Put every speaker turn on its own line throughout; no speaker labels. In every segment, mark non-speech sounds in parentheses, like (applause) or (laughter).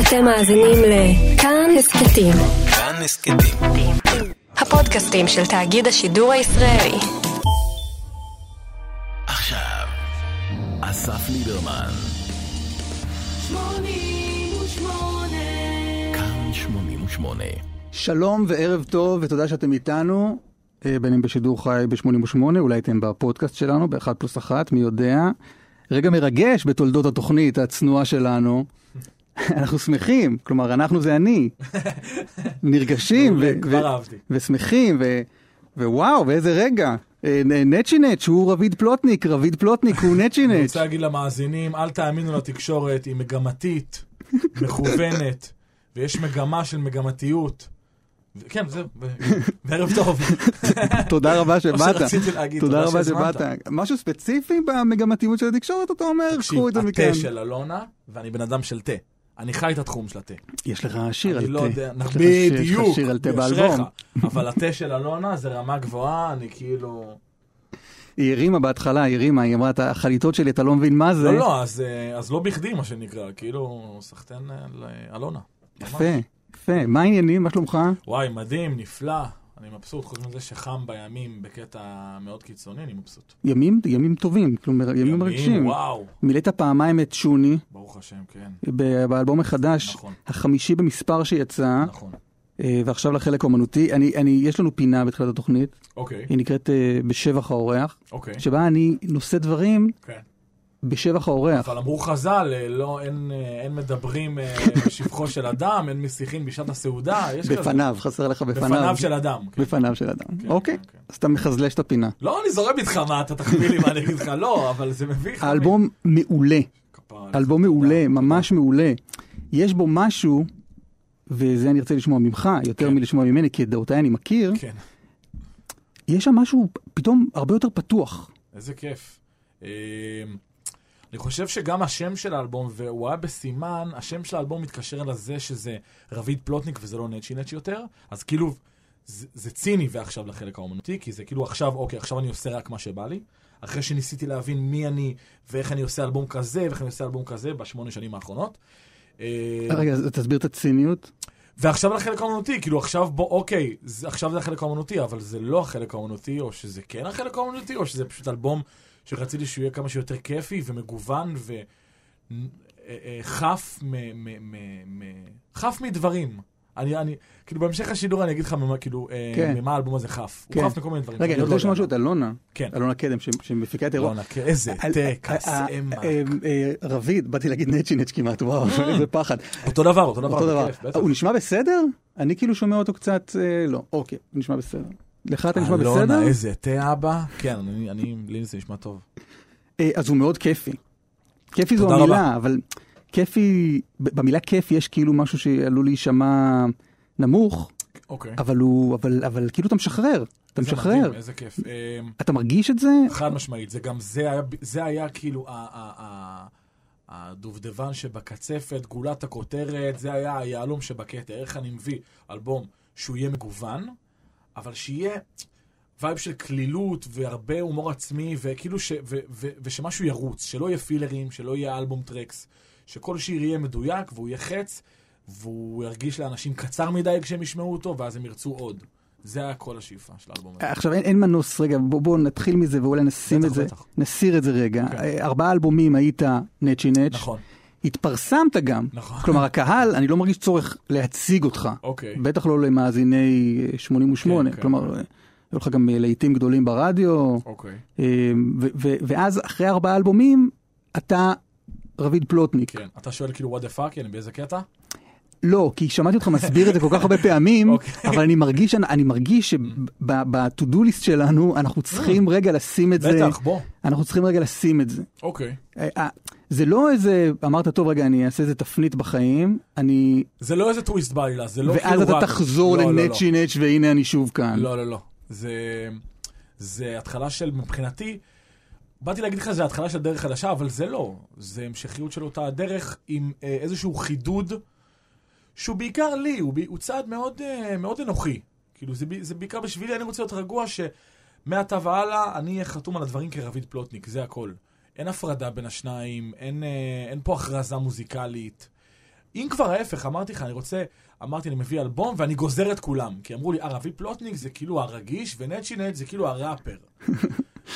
אתם מאזינים לכאן הסכתים.
כאן הסכתים.
הפודקאסטים של תאגיד השידור הישראלי.
עכשיו, אסף ליברמן, כאן 88.
שלום וערב טוב וتודה שאתם איתנו, אה, בין אם בשידור חי ב-88, אולי אתם בפודקאסט שלנו, ב-1 פלוס 1, מי יודע. רגע מרגש בתולדות התוכנית הצנועה שלנו. (laughs) אנחנו שמחים, כלומר אנחנו
(laughs)
זה אני, נרגשים
מעולה,
ו-
כבר
ו-
אהבתי.
ושמחים ו- ווואו ואיזה רגע, אה, נ- נצ'ינץ' הוא רביד פלוטניק, רביד פלוטניק הוא
אני
נצ'ינץ',
רוצה להגיד למאזינים, אל תאמינו לתקשורת, היא
(laughs)
מגמתית, מכוונת, ויש מגמה של מגמתיות. ו- כן, זהו, ו- וערב
(laughs)
טוב.
(laughs) תודה רבה שבאת,
שרציתי להגיד,
תודה
תודה
רבה
שהזמנת.
שבאת, משהו ספציפי במגמתיות של התקשורת אתה אומר,
תקשיב,
קחו את זה מכאן.
התה של אלונה, ואני בן אדם של תה. אני חי את התחום של התה.
יש לך שיר על תה.
אני לא יודע,
יש לך שיר- יש לך
בדיוק,
שיר על תה
באשריך.
באלבום.
אבל התה של אלונה זה רמה גבוהה, אני כאילו...
היא הרימה בהתחלה, היא הרימה, היא אמרה, "אתה- החליטות שלי, אתה לא מבין מה זה.
לא, לא, אז, אה, אז לא בכדי, מה שנקרא, כאילו, סחטיין על אה, אלונה. ממש.
יפה, יפה. מה העניינים, מה שלומך?
וואי, מדהים, נפלא. אני מבסוט, חוץ מזה שחם בימים בקטע מאוד קיצוני, אני מבסוט.
ימים, ימים טובים, כלומר, ימים מרגשים.
וואו,
מילאת פעמיים את שוני
ברוך השם, כן,
ב- באלבום החדש,
נכון,
החמישי במספר שיצא,
נכון.
אה, ועכשיו לחלק האומנותי. אני, אני, יש לנו פינה בתחילת התוכנית,
אוקיי,
היא נקראת אה, בשבח האורח,
אוקיי,
שבה אני נושא דברים
כן.
בשבח האורח.
אבל אמרו חז"ל, אה, לא, אין, אה, אין מדברים אה, בשבחו של אדם, אין משיחים בשעת הסעודה, יש כזה.
בפניו, חסר לך בפניו.
בפניו של אדם. כן.
בפניו של אדם.
כן,
אוקיי,
כן, כן.
אז אתה מחזלש את הפינה.
לא, אני זורם איתך, מה אתה תחמיא לי, מה אני אגיד לך? לא, אבל זה מביך.
האלבום מעולה,
כפרה עליך,
אלבום
תודה,
מעולה,
תודה.
ממש מעולה. יש בו משהו, וזה אני ארצה לשמוע ממך, יותר
כן.
מלשמוע ממני, כי את דעותיי אני מכיר,
כן.
יש שם משהו פתאום הרבה יותר פתוח.
איזה כיף. אמ, אני חושב שגם השם של האלבום, והוא היה בסימן, השם של האלבום מתקשר לזה שזה רביד פלוטניק וזה לא נצ'י נצ'י יותר, אז כאילו, זה, זה ציני ועכשיו לחלק האומנותי, כי זה כאילו עכשיו, אוקיי, עכשיו אני עושה רק מה שבא לי. אחרי שניסיתי להבין מי אני, ואיך אני עושה אלבום כזה, ואיך אני עושה אלבום כזה בשמונה שנים האחרונות. אמ,
רגע, אז תסביר את הציניות.
ועכשיו לחלק האומנותי, כאילו עכשיו בוא, אוקיי, זה, עכשיו זה החלק האומנותי, אבל זה לא החלק האומנותי, או שזה כן החלק האומנותי, או שזה פשוט אלבום שרציתי שהוא יהיה כמה שיותר כיפי ומגוון וחף מ, מ, מ, מ, חף מדברים. אני, אני, כאילו בהמשך השידור אני אגיד לך ממה, כאילו, אה,
כן.
ממה האלבום הזה חף.
כן.
הוא חף מכל מיני דברים.
רגע, אני
עוד
רוצה
לא
לשמוע
יודע.
משהו את אלונה,
כן.
אלונה קדם, ש- שמפיקה את האירוע.
אלונה, כן, איזה
אל-
טקס,
אה,
אמה.
אה, אה, רביד, באתי להגיד נצ'ינץ' כמעט, וואו, איזה פחד.
אה. אותו דבר, אותו דבר.
אותו דבר. אה,
בכיף, בטח.
הוא נשמע בסדר? אני כאילו שומע אותו קצת, אה, לא, אוקיי, הוא נשמע בסדר. לך אתה נשמע בסדר?
אלונה, איזה תה אבא. כן, אני, אני, לי זה נשמע טוב.
אה, אז הוא מאוד כיפי. כיפי זו
תודה
המילה, אבל כיפי, ב- במילה כיף יש כאילו משהו שעלול להישמע נמוך,
אוקיי.
אבל הוא, אבל, אבל כאילו אתה משחרר, אתה
איזה
משחרר.
מדהים, איזה כיף. אמ,
אתה מרגיש את זה?
חד משמעית, זה גם, זה היה, זה היה כאילו ה- ה- ה- הדובדבן שבקצפת, גולת הכותרת, זה היה היהלום שבכתר. איך אני מביא אלבום שהוא יהיה מגוון, אבל שיהיה וייב של קלילות והרבה הומור עצמי, וכאילו ש... ו, ו, ושמשהו ירוץ, שלא יהיה פילרים, שלא יהיה אלבום טרקס, שכל שיר יהיה מדויק והוא יהיה חץ, והוא ירגיש לאנשים קצר מדי כשהם ישמעו אותו, ואז הם ירצו עוד. זה היה כל השאיפה של האלבום הזה.
עכשיו אין, אין מנוס, רגע, בוא, בוא נתחיל מזה ואולי נשים
בטח,
את זה,
בטח.
נסיר את זה רגע.
כן.
אה, ארבעה אלבומים היית נצ'י נצ',
נכון,
התפרסמת גם.
נכון.
כלומר הקהל, אני לא מרגיש צורך להציג אותך,
אוקיי.
בטח לא למאזיני אה, 88,
כן, כן.
כלומר, אה, היו לך גם אה, להיטים גדולים ברדיו,
אוקיי,
אה, ו- ו- ואז אחרי ארבעה אלבומים, אתה רביד פלוטניק.
כן. אתה שואל כאילו what the fuck, יעני, באיזה קטע?
לא, כי שמעתי אותך מסביר את זה כל כך הרבה פעמים,
(laughs) אוקיי.
אבל אני מרגיש, אני
(laughs)
מרגיש שב-to do list שלנו, אנחנו צריכים רגע לשים את זה,
בטח, בוא.
אנחנו צריכים רגע לשים את זה.
אוקיי.
אה, אה, זה לא איזה, אמרת, טוב, רגע, אני אעשה איזה תפנית בחיים, אני...
זה לא איזה טוויסט בעלילה, זה לא כאילו
ואז אתה
רק-
תחזור
לא, לא, לא.
לנצ'י נצ' והנה אני שוב כאן.
לא, לא, לא. זה... זה התחלה של, מבחינתי, באתי להגיד לך, זה התחלה של דרך חדשה, אבל זה לא. זה המשכיות של אותה הדרך עם אה, איזשהו חידוד, שהוא בעיקר לי, הוא, ב- הוא צעד מאוד, אה, מאוד אנוכי. כאילו, זה, ב- זה בעיקר בשבילי, אני רוצה להיות רגוע שמעתה והלאה אני אהיה חתום על הדברים כרביד פלוטניק, זה הכל. אין הפרדה בין השניים, אין, אה, אין פה הכרזה מוזיקלית. אם כבר ההפך, אמרתי לך, אני רוצה, אמרתי, אני מביא אלבום ואני גוזר את כולם. כי אמרו לי, ערבי פלוטניק זה כאילו הרגיש, ונצ'י נט זה כאילו הראפר. (laughs)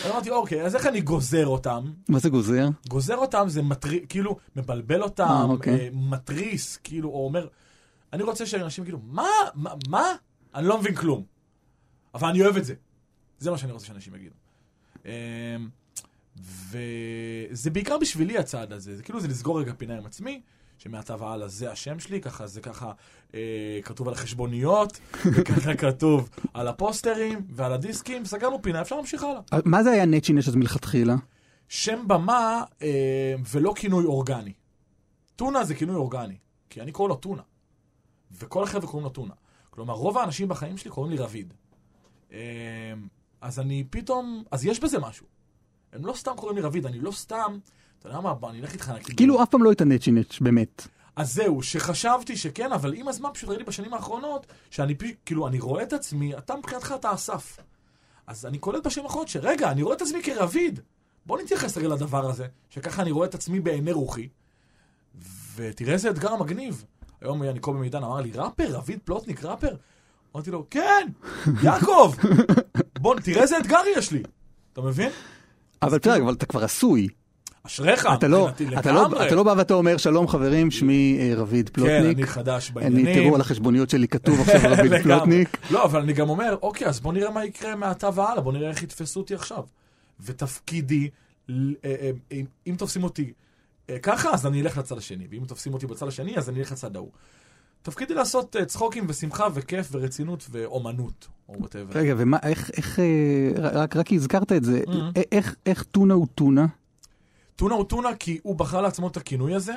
אז אמרתי, אוקיי, אז איך אני גוזר אותם?
מה זה גוזר?
גוזר אותם זה מטריס, כאילו, מבלבל אותם,
אה, אוקיי.
אה, מתריס, כאילו, או אומר, אני רוצה שאנשים כאילו, מה, מה, מה? אני לא מבין כלום. אבל אני אוהב את זה. זה מה שאני רוצה שאנשים יגידו. אה, וזה בעיקר בשבילי הצעד הזה, זה כאילו זה לסגור רגע פינה עם עצמי, שמעתה והלאה זה השם שלי, ככה זה ככה אה, כתוב על החשבוניות, (laughs) וככה כתוב על הפוסטרים ועל הדיסקים, סגרנו פינה, אפשר להמשיך הלאה.
אה, מה זה היה נצ'ינש אז מלכתחילה?
שם במה אה, ולא כינוי אורגני. טונה זה כינוי אורגני, כי אני קורא לו טונה. וכל החבר'ה קוראים לו טונה. כלומר, רוב האנשים בחיים שלי קוראים לי רביד. אה, אז אני פתאום, אז יש בזה משהו. הם לא סתם קוראים לי רביד, אני לא סתם, אתה יודע מה, בוא, אני אלך איתך נקי.
כאילו אף פעם לא הייתה נצ'ינש, באמת.
אז זהו, שחשבתי שכן, אבל עם הזמן פשוט ראיתי בשנים האחרונות, שאני פי- כאילו, אני רואה את עצמי, אתה מבחינתך אתה אסף. אז אני קולט בשנים האחרונות שרגע, אני רואה את עצמי כרביד. בוא נתייחס רגע לדבר הזה, שככה אני רואה את עצמי בעיני רוחי, ותראה איזה אתגר מגניב. היום אני קובי מידן אמר לי, ראפר, רביד פלוטניק, ראפר? אמרתי לו, כן, יעקב, (laughs) בוא, תראה איזה אתגר יש לי. אתה מבין?
אבל בסדר, אבל אתה כבר עשוי.
אשריך,
אתה לא,
מבחינתי
אתה לא,
לגמרי.
אתה לא בא ואתה אומר, שלום חברים, שמי אה, רביד
כן,
פלוטניק.
אני חדש בעניינים.
אני, תראו על החשבוניות שלי
(laughs)
כתוב עכשיו רביד
לגמרי.
פלוטניק.
לא, אבל אני גם אומר, אוקיי, אז בוא נראה מה יקרה מעתה והלאה, בוא נראה איך יתפסו אותי עכשיו. ותפקידי, ל- אה, אה, אם- אם תופסים אותי אה, ככה, אז אני אלך לצד השני, ואם תופסים אותי בצד השני, אז אני אלך לצד ההוא. תפקידי לעשות אה, צחוקים ושמחה וכיף ורצינות ואומנות, או וואטאבר.
רגע, ומה, איך, איך, אה, רק, רק הזכרת את זה,
Mhm.
א- איך, איך טונה הוא טונה?
טונה הוא טונה כי הוא בחר לעצמו את הכינוי הזה,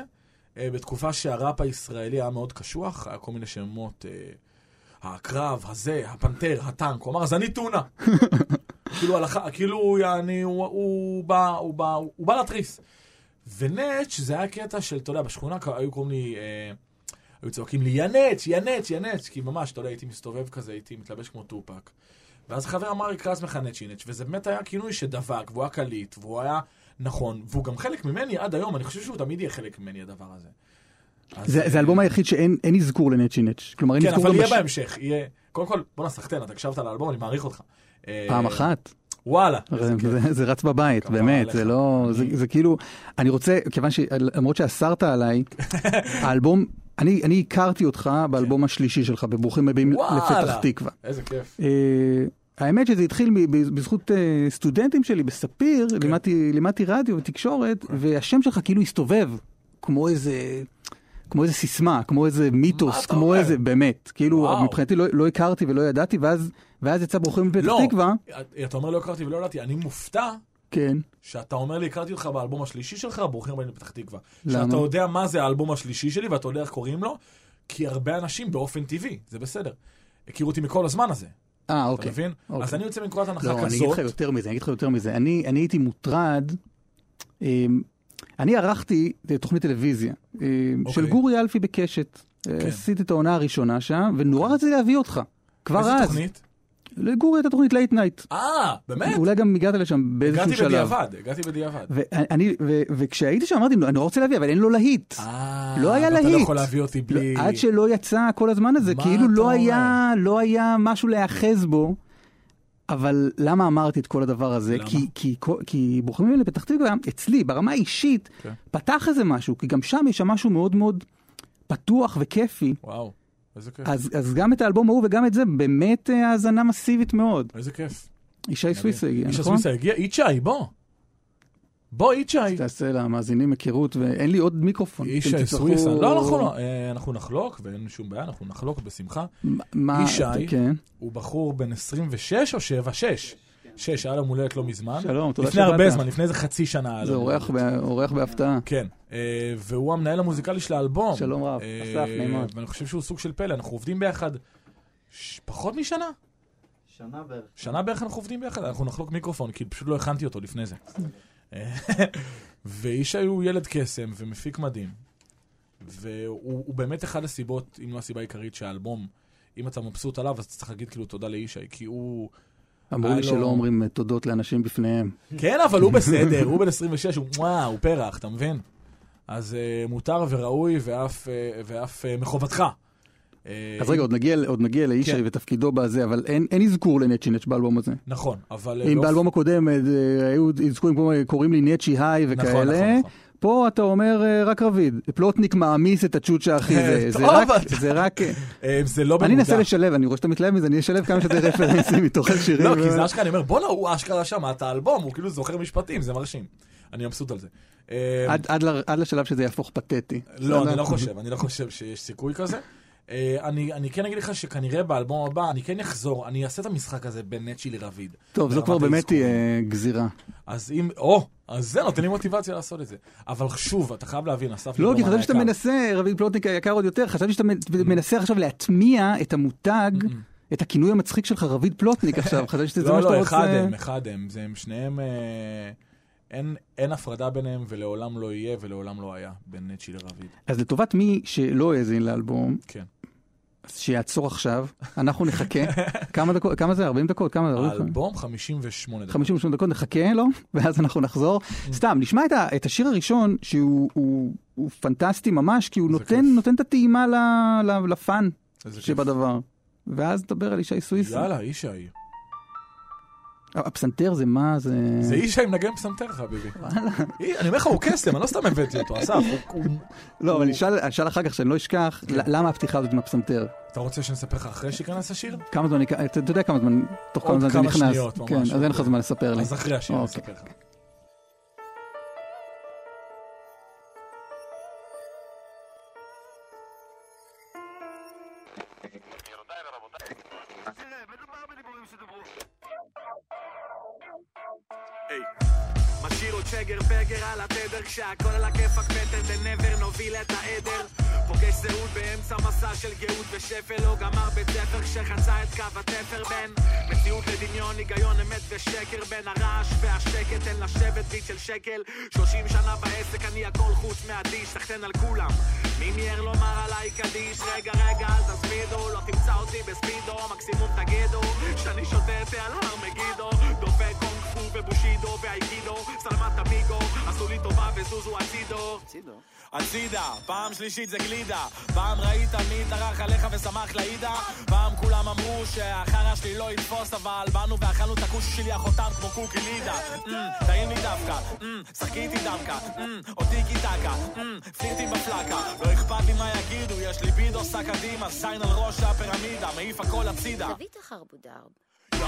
אה, בתקופה שהראפ הישראלי היה מאוד קשוח, היה כל מיני שמות, אה, הקרב, הזה, הפנתר, הטנק, הוא אמר, אז אני
(laughs)
טונה. כאילו, הלכה, כאילו, יעני, הוא, הוא בא, הוא בא, הוא בא להתריס. ונץ' זה היה קטע של, אתה יודע, בשכונה היו קוראים לי, אה, היו צועקים לי, יא נץ', יא נץ', יא נץ', כי ממש, אתה יודע, הייתי מסתובב כזה, הייתי מתלבש כמו טופק. ואז חבר אמר לי, קרא לעצמך נצ'ינץ', וזה באמת היה כינוי שדבק, והוא היה קליט, והוא היה נכון, והוא גם חלק ממני עד היום, אני חושב שהוא תמיד יהיה חלק ממני, הדבר הזה. אז,
זה, זה
אה,
האלבום היחיד שאין אין אזכור לנצ'י נץ'. כלומר, אין
כן,
אזכור
אבל
גם
יהיה
בש-
בהמשך, יהיה... קודם כל, בואנה, סחטיין, אתה הקשבת לאלבום, אני מעריך אותך. אה,
פעם אחת.
וואלה. איזה כיף.
זה, זה רץ בבית,
כפרה
באמת,
עליך.
זה לא, זה, זה כאילו, אני רוצה, כיוון ש... למרות
(laughs)
שאסרת עליי, האלבום, אני, אני הכרתי אותך באלבום השלישי שלך, בברוכים הבאים
כן. וואלה.
לפתח תקווה.
איזה כיף.
אה, האמת שזה התחיל מ- ב- בזכות אה, סטודנטים שלי בספיר,
כן.
לימדתי- לימדתי רדיו ותקשורת, והשם שלך כאילו הסתובב, כמו איזה... כמו איזה סיסמה, כמו איזה מיתוס,
אתה
כמו
אומר?
איזה, באמת, כאילו
וואו.
מבחינתי לא, לא הכרתי ולא ידעתי, ואז, ואז יצא ברוכים מפתח
לא,
תקווה,
אתה אומר לא הכרתי ולא ידעתי, אני מופתע
כן,
שאתה אומר לי, הכרתי אותך באלבום השלישי שלך, ברוכים הבאים לפתח תקווה.
למה?
שאתה יודע מה זה האלבום השלישי שלי ואתה יודע איך קוראים לו, כי הרבה אנשים באופן טבעי, זה בסדר. הכירו אותי מכל הזמן הזה,
אה
אתה
אוקיי.
מבין?
אוקיי.
אז אני יוצא מנקודת הנחה
לא, אני אגיד
כזאת.
לך יותר מזה, אני אגיד לך יותר מזה. אני, אני הייתי מוטרד, אמ, אני ערכתי אה, תוכנית טלוויזיה אמ, של גורי אלפי בקשת. אה,
אוקיי. כן. אוקיי.
עשיתי את העונה הראשונה שם, ונורא רציתי להביא אותך. כבר אז.
איזה תוכנית?
לגורי הייתה תוכנית לייט נייט.
אה, באמת?
אולי גם הגעת לשם באיזשהו
הגעתי
שלב.
בדיעבד, הגעתי בדיעבד.
ואני, ו- וכשהייתי שם אמרתי, אני נורא רוצה להביא, אבל אין לו להיט.
אה,
לא היה
אתה לא
להיט.
יכול להביא אותי בלי...
לא, עד שלא יצא כל הזמן הזה,
מה
כאילו
אתה
לא היה, לא היה משהו להיאחז בו. אבל למה אמרתי את כל הדבר הזה?
למה?
כי, כי, כל- כי ברוכים אלה פתח תקווה, אצלי, ברמה האישית,
כן.
פתח איזה משהו, כי גם שם יש שם משהו מאוד מאוד פתוח וכיפי.
וואו, איזה כיף.
אז, אז גם את האלבום ההוא וגם את זה, באמת אה, האזנה מסיבית מאוד.
איזה כיף.
ישי סוויסה הגיע,
איש
נכון?
הסוויסה הגיע, יצ'אי, בוא. בוא, יצ'אי.
תעשה למאזינים היכרות, ואין לי עוד מיקרופון. אתם
ישי
תצטרכו-
סוויסה. לא, אנחנו לא, אה, אנחנו נחלוק, ואין שום בעיה, אנחנו נחלוק בשמחה.
מה,
ישי.
כן.
הוא בחור בן 26 או 7? 6. 6, היה לו מולדת לא מזמן.
שלום, תודה
לפני הרבה
שבאת.
זמן, לפני איזה חצי שנה. היה
זה
לו
אורח
מולדת.
ב- אורח בהפתעה.
כן, אה, והוא המנהל המוזיקלי של האלבום.
שלום רב,
אה,
אסף, נעים מאוד.
ואני חושב שהוא סוג של פלא, אנחנו עובדים ביחד ש- פחות משנה?
שנה בערך.
שנה בערך אנחנו עובדים ביחד, אנחנו נחלוק מיקרופון, כי פשוט לא הכנתי אותו לפני זה. ואיש הוא ילד קסם ומפיק מדהים, והוא הוא באמת אחד הסיבות, אם לא הסיבה העיקרית, שהאלבום, אם אתה מבסוט עליו, אז אתה צריך להגיד כאילו תודה לאישי, כי הוא...
אמרו
היה
לי
לו-
שלא אומרים אה, תודות לאנשים בפניהם.
כן, אבל הוא בסדר, הוא בן 26, הוא וואו, הוא פרח, אתה מבין?
אז אה, מותר וראוי ואף, אה, ואף אה, מחובתך. אה,
אז רגע, עוד נגיע, עוד נגיע לאישי
כן.
ותפקידו בזה, אבל אין, אין אזכור לנצ'י נץ' באלבום הזה.
נכון, אבל... אה,
אם
לא-
באלבום הקודם אה, אה, היו אזכורים כמו אה, קוראים לי נצ'י היי
נכון,
וכאלה,
נכון, נכון.
פה אתה אומר אה, רק רביד, פלוטניק מעמיס את הצ'וצ'ה אחי, זה, זה
אה, טוב,
רק,
אתה-
זה רק,
אה, זה לא
אני
במודע.
אנסה לשלב, אני רואה שאתה מתלהב מזה, אני אשלב כמה שיותר
(laughs)
רפרנסים מתוך השירים.
לא, כי זה אשכרה, אני אומר, בואנה, הוא אשכרה שמע את האלבום, הוא כאילו זוכר משפטים, זה מרשים. אני מבסוט על זה. אה,
עד, עד, ל- עד לשלב שזה יהפוך פתטי.
לא, אני
בסדר?
לא חושב, אני לא חושב שיש סיכוי כזה. אה, אני, אני כן אגיד לך שכנראה באלבום הבא אני כן אחזור, אני אעשה את המשחק הזה בין נצ'י לרביד.
טוב, זו
ברמת
כבר באמת אה,
האזכורים.
תהיה גזירה.
אז אם, או, אז זה נותן לי מוטיבציה לעשות את זה. אבל שוב, אתה חייב להבין, אסף
לא,
ליברמן
כי חשבתי שאתה
היקר.
מנסה, רביד פלוטניק היקר עוד יותר, חשבתי שאתה מנ- מנסה עכשיו להטמיע את המותג, את הכינוי המצחיק שלך, רביד
(laughs)
פלוטניק עכשיו, חשבתי שזה מה
לא,
שאתה
לא,
רוצה.
אחד הם, אחד הם, זה הם שניהם, אה, אין- אין הפרדה ביניהם ולעולם לא יהיה ולעולם לא היה בין נצ'י לרביד.
אז לטובת מי שלא האזין לאלבום,
כן.
אז שיעצור עכשיו,
(laughs)
אנחנו נחכה. כמה דקות, כמה זה? 40 דקות? כמה זה? 40 דקות?
האלבום 58 דקות.
58 דקות נחכה לו, (laughs) ואז אנחנו נחזור. סתם, נשמע את, ה, את השיר הראשון, שהוא הוא, הוא פנטסטי ממש, כי הוא
זה
נותן,
כיף.
נותן את הטעימה ל, ל, לפאן
איזה כיף.
שבדבר. ואז נדבר על ישי סוויסה.
יאללה, ישי.
הפסנתר זה מה? זה...
זה ישי מנגן פסנתר, חביבי. אי, אני אומר לך, הוא קסם, אני לא סתם הבאתי אותו, אסף. הוא- הוא-
לא, אבל אני אשאל, אני אשאל אחר כך, שאני לא אשכח,
כן.
ל- למה הפתיחה הזאת עם הפסנתר?
אתה רוצה שאני אספר לך אחרי שייכנס השיר?
כמה זמן, יק- אתה אתה יודע כמה זמן, תוך כמה
עוד
זמן זה
כמה
נכנס.
שניות, ממש.
כן, אז אין לך זמן לספר לי.
אז אחרי השיר אני
אוקיי.
אספר לך.
משאיר עוד שגר פגר על התדר כשהכל על הכיפאק מטר ונבר נוביל את העדר פוגש זהות באמצע מסע של גאות ושפל לא גמר בית ספר כשחצה את קו התפר בין מציאות לדמיון היגיון אמת ושקר בין הרעש והשקט אין לשבת ביט של שקל 30 שנה בעסק אני הכל חוץ מהדיש סחטיין על כולם מי מיהר לומר עליי קדיש רגע רגע אל תספידו לא תמצא אותי בספידו מקסימום תגידו שאני שוטט על הר מגידו דופק קונג פו ובושידו והאיקידו סלמת אמיגו עשו לי טובה וזוזו הצידו הצידה, פעם שלישית זה גלידה פעם ראית מי דרך עליך ושמח לאידה פעם כולם אמרו שהחרא שלי לא יתפוס אבל באנו ואכלנו את הכושי שלי החותם כמו קוקי לידה אמ, טעים לי דווקא, אמ, שחקי איתי דווקא אמ, אותי קיטקה, פלירטים בפלקה לא אכפת לי מה יגידו, יש לי בידו שק קדימה זין על ראש הפירמידה, מעיף הכל הצידה
זווית החרבודר.
יא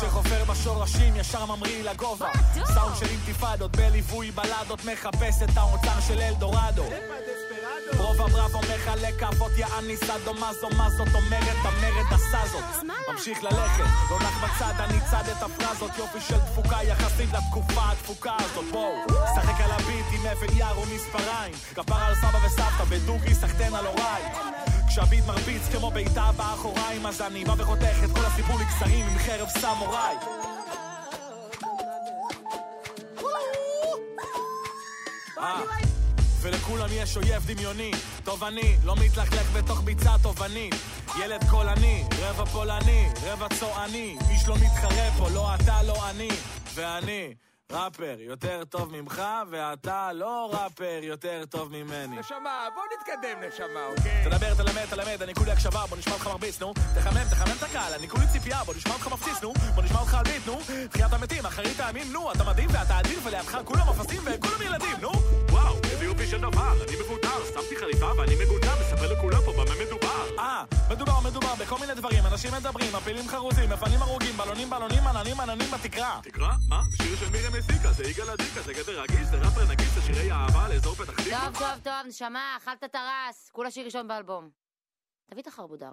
שחופר בשורשים ישר ממריא לגובה
דור?
סאונד של אינתיפאדות בליווי בלדות מחפש את האוצר של אלדורדו רוב הבראבו מחלק כאפות יעני סדו מזו מזות אומרת המרד עשה זאת
מה?
ממשיך ללכת לא נח בצד אני צד את הפרזות יופי של תפוקה יחסית לתקופה התפוקה הזאת בואו שחק על הביט עם אפל יער ומספריים כפר על סבא וסבתא בדוגי סחטיין על הוריי כשהביט מרביץ כמו בעיטה באחוריים אז אני בא וחותך את כל הסיפור לקצרים עם חרב סמוראי אה, ולכולם יש אויב דמיוני, תובעני, לא מתלכלך בתוך ביצה תובענית. ילד קולני, רבע פולני, רבע צועני, איש לא מתחרה פה, לא אתה, לא אני. ואני, ראפר, יותר טוב ממך, ואתה לא ראפר, יותר טוב ממני.
נשמה, בוא נתקדם נשמה, אוקיי?
תדבר, תלמד, תלמד, אני כולי הקשבה, בוא נשמע אותך מרביץ, נו. תחמם, תחמם את הקהל, אני כולי ציפייה, בוא נשמע אותך מפציץ, נו. בוא נשמע אותך על ביט, נו. תחיית המתים, אחרית הימים, נו. אתה מדהים ואתה אדיר, ולידך כולם אפסים וכולם ילדים, נו. וואו, הביאו בי של דבר, אני מבוטר, שמתי חליפה ואני מגונדר, מספר לכולם פה במה מדובר. אה, מדובר, מדובר בכל מיני דברים, אנשים מדברים, מפילים חרוזים, מפנים הרוגים, בלונים, בלונים, עננים, עננים בתקרה. תקרה? מה? זה שיר של מירי מסיקה, זה יגאל עדיקה, זה גדר רגיש, זה ראפר נגיש, זה שירי אהבה לאזור פתח תקווה.
טוב, טוב, טוב, נשמה, אכלת את הרס. כולה שיר ראשון באלבום. תביא את החרבודר.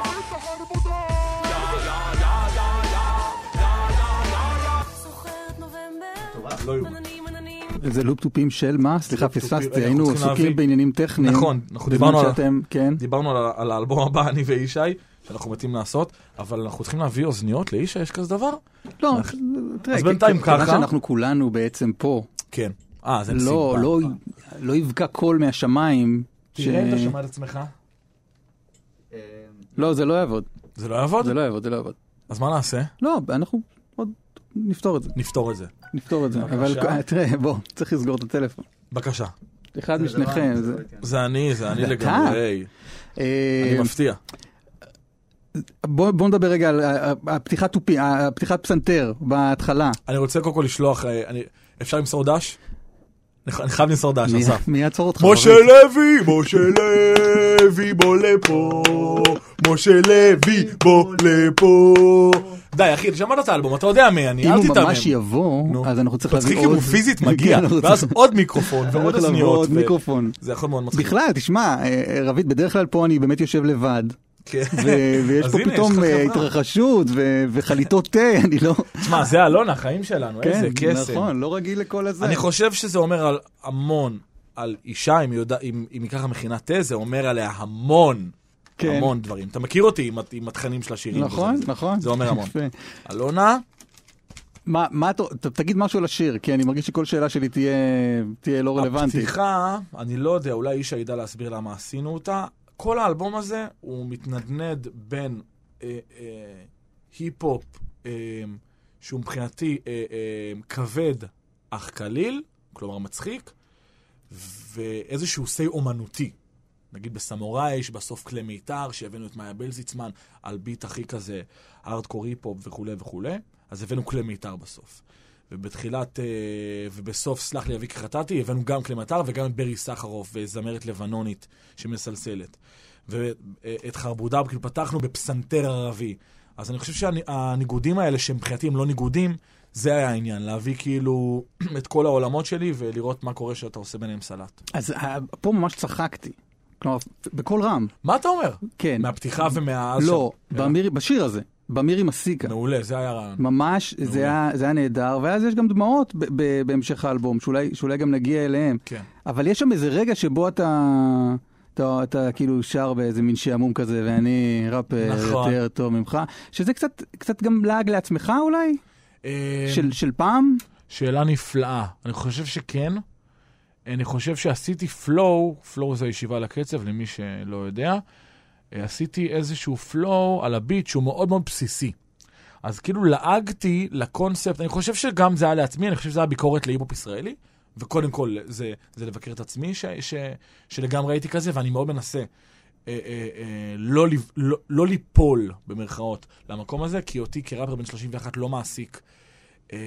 שלום! לא יאומן.
זה לופ טופים של מה? סליחה,
לופ טופים,
פספסתי,
אנחנו
היינו
צריכים
עסוקים
להביא-
בעניינים טכניים.
נכון, אנחנו
בזמן
דיברנו על-
שאתם, כן.
דיברנו על, על האלבום הבא, אני וישי, שאנחנו מתים לעשות, אבל אנחנו צריכים להביא אוזניות לאישי, יש כזה דבר?
לא, תראה,
אה, אז בינתיים
כיוון
ככה.
שאנחנו כולנו בעצם פה,
כן. אה, זה
לא, לא, לא יבקע קול מהשמיים. ש-
תראה אם אתה שומע את עצמך.
לא, זה לא יעבוד,
זה לא יעבוד?
זה לא יעבוד, זה לא יעבוד.
אז מה נעשה?
לא, אנחנו עוד נפתור את זה,
נפתור את זה.
נפתור את זה.
בבקשה.
אבל אה, תראה, בוא, צריך לסגור את הטלפון.
בבקשה.
אחד משניכם. זה-
זה אני, זה אני
אתה?
לגמרי.
אה,
אני מפתיע.
בוא בוא נדבר רגע על ה- ה- הפתיחת תופי- ה- הפתיחת פסנתר בהתחלה.
אני רוצה קודם כל לשלוח, אה, אני- אפשר למסור דש? אני ח- אני חייב למסור דש,
מי-
אסף.
מי יעצור אותך?
משה לא,
חברים?
לוי, משה לוי, בוא לפה, משה לוי, בוא לפה. די, אחי, שמעת את האלבום, אתה יודע מי אני,
אם
אל
הוא
תיתמם.
ממש יבוא,
נו.
אז אנחנו צריכים להביא
מצחיק
עוד...
אם הוא פיזית מגיע,
(laughs) כן, אנחנו
ואז
צריכים-
עוד מיקרופון ועוד
צריך לבוא
אוזניות.
עוד
ו-
מיקרופון.
זה יכול מאוד מצחיק.
בכלל, תשמע, אה, רביד, בדרך כלל פה אני באמת יושב לבד,
כן. (laughs)
ו- ויש
אז
פה
הנה, יש
פתאום
לך
אה,
חברה.
התרחשות ו- וחליטות תה, (laughs) אני לא...
תשמע, זה אלון, החיים שלנו, (laughs) איזה
כן,
קסם.
נכון, לא רגיל לכל הזה.
אני חושב שזה אומר על המון, על אישה, אם היא יודע- אם אם היא ככה מכינה תה, זה אומר עליה המון,
כן.
המון דברים. אתה מכיר אותי עם הת- עם התכנים של השירים.
נכון,
וזה-
נכון.
זה אומר המון.
יפה.
אלונה,
מה, מה אתה... ת- תגיד משהו על השיר, כי אני מרגיש שכל שאלה שלי תהיה תהיה לא רלוונטית.
הפתיחה, אני לא יודע, אולי אישה ידע להסביר למה עשינו אותה. כל האלבום הזה הוא מתנדנד בין אה, אה, היפ-הופ, אה, שהוא מבחינתי אה, אה, כבד אך קליל, כלומר מצחיק, ואיזשהו say אומנותי. נגיד בסמוראי, יש בסוף כלי מיתר, שהבאנו את מאיה בלזיצמן על ביט הכי כזה הארדקור היפ-הופ וכולי וכולי, אז הבאנו כלי מיתר בסוף. ובתחילת, אה, ובסוף, סלח לי, אביק חטאתי, הבאנו גם כלי מיתר וגם את ברי סחרוף, אה, זמרת לבנונית שמסלסלת. ואת חרבודה, כאילו פתחנו בפסנתר ערבי. אז אני חושב שהניגודים האלה, שמבחינתי הם לא ניגודים, זה היה העניין, להביא כאילו (clears throat) את כל העולמות שלי ולראות מה קורה שאתה עושה ביניהם סלט.
אז אה, פה ממש צחקתי. כלומר, בקול רם.
מה אתה אומר?
כן.
מהפתיחה ומה...
לא,
ש-
במיר, בשיר הזה, במיר עם הסיקה.
מעולה, זה היה רעיון.
ממש, זה היה, זה היה נהדר, ואז יש גם דמעות ב- ב- בהמשך האלבום, שאולי, שאולי גם נגיע אליהם.
כן.
אבל יש שם איזה רגע שבו אתה, אתה, אתה כאילו שר באיזה מין שעמום כזה, ואני ראפר
נכון.
יותר טוב ממך, שזה קצת, קצת גם לעג לעצמך אולי?
אה,
של, של פעם?
שאלה נפלאה. אני חושב שכן. אני חושב שעשיתי פלואו, פלואו זה הישיבה לקצב, למי שלא יודע. אה, עשיתי איזשהו פלואו על הביט שהוא מאוד מאוד בסיסי. אז כאילו לעגתי לקונספט, אני חושב שגם זה היה לעצמי, אני חושב שזה היה ביקורת להיפ-הופ ישראלי, וקודם כל זה, זה לבקר את עצמי, ש, ש, שלגמרי הייתי כזה, ואני מאוד מנסה אה, אה, אה, לא, לב- לא, לא ליפול, במרכאות, למקום הזה, כי אותי כראפר בן 31 לא מעסיק, אה,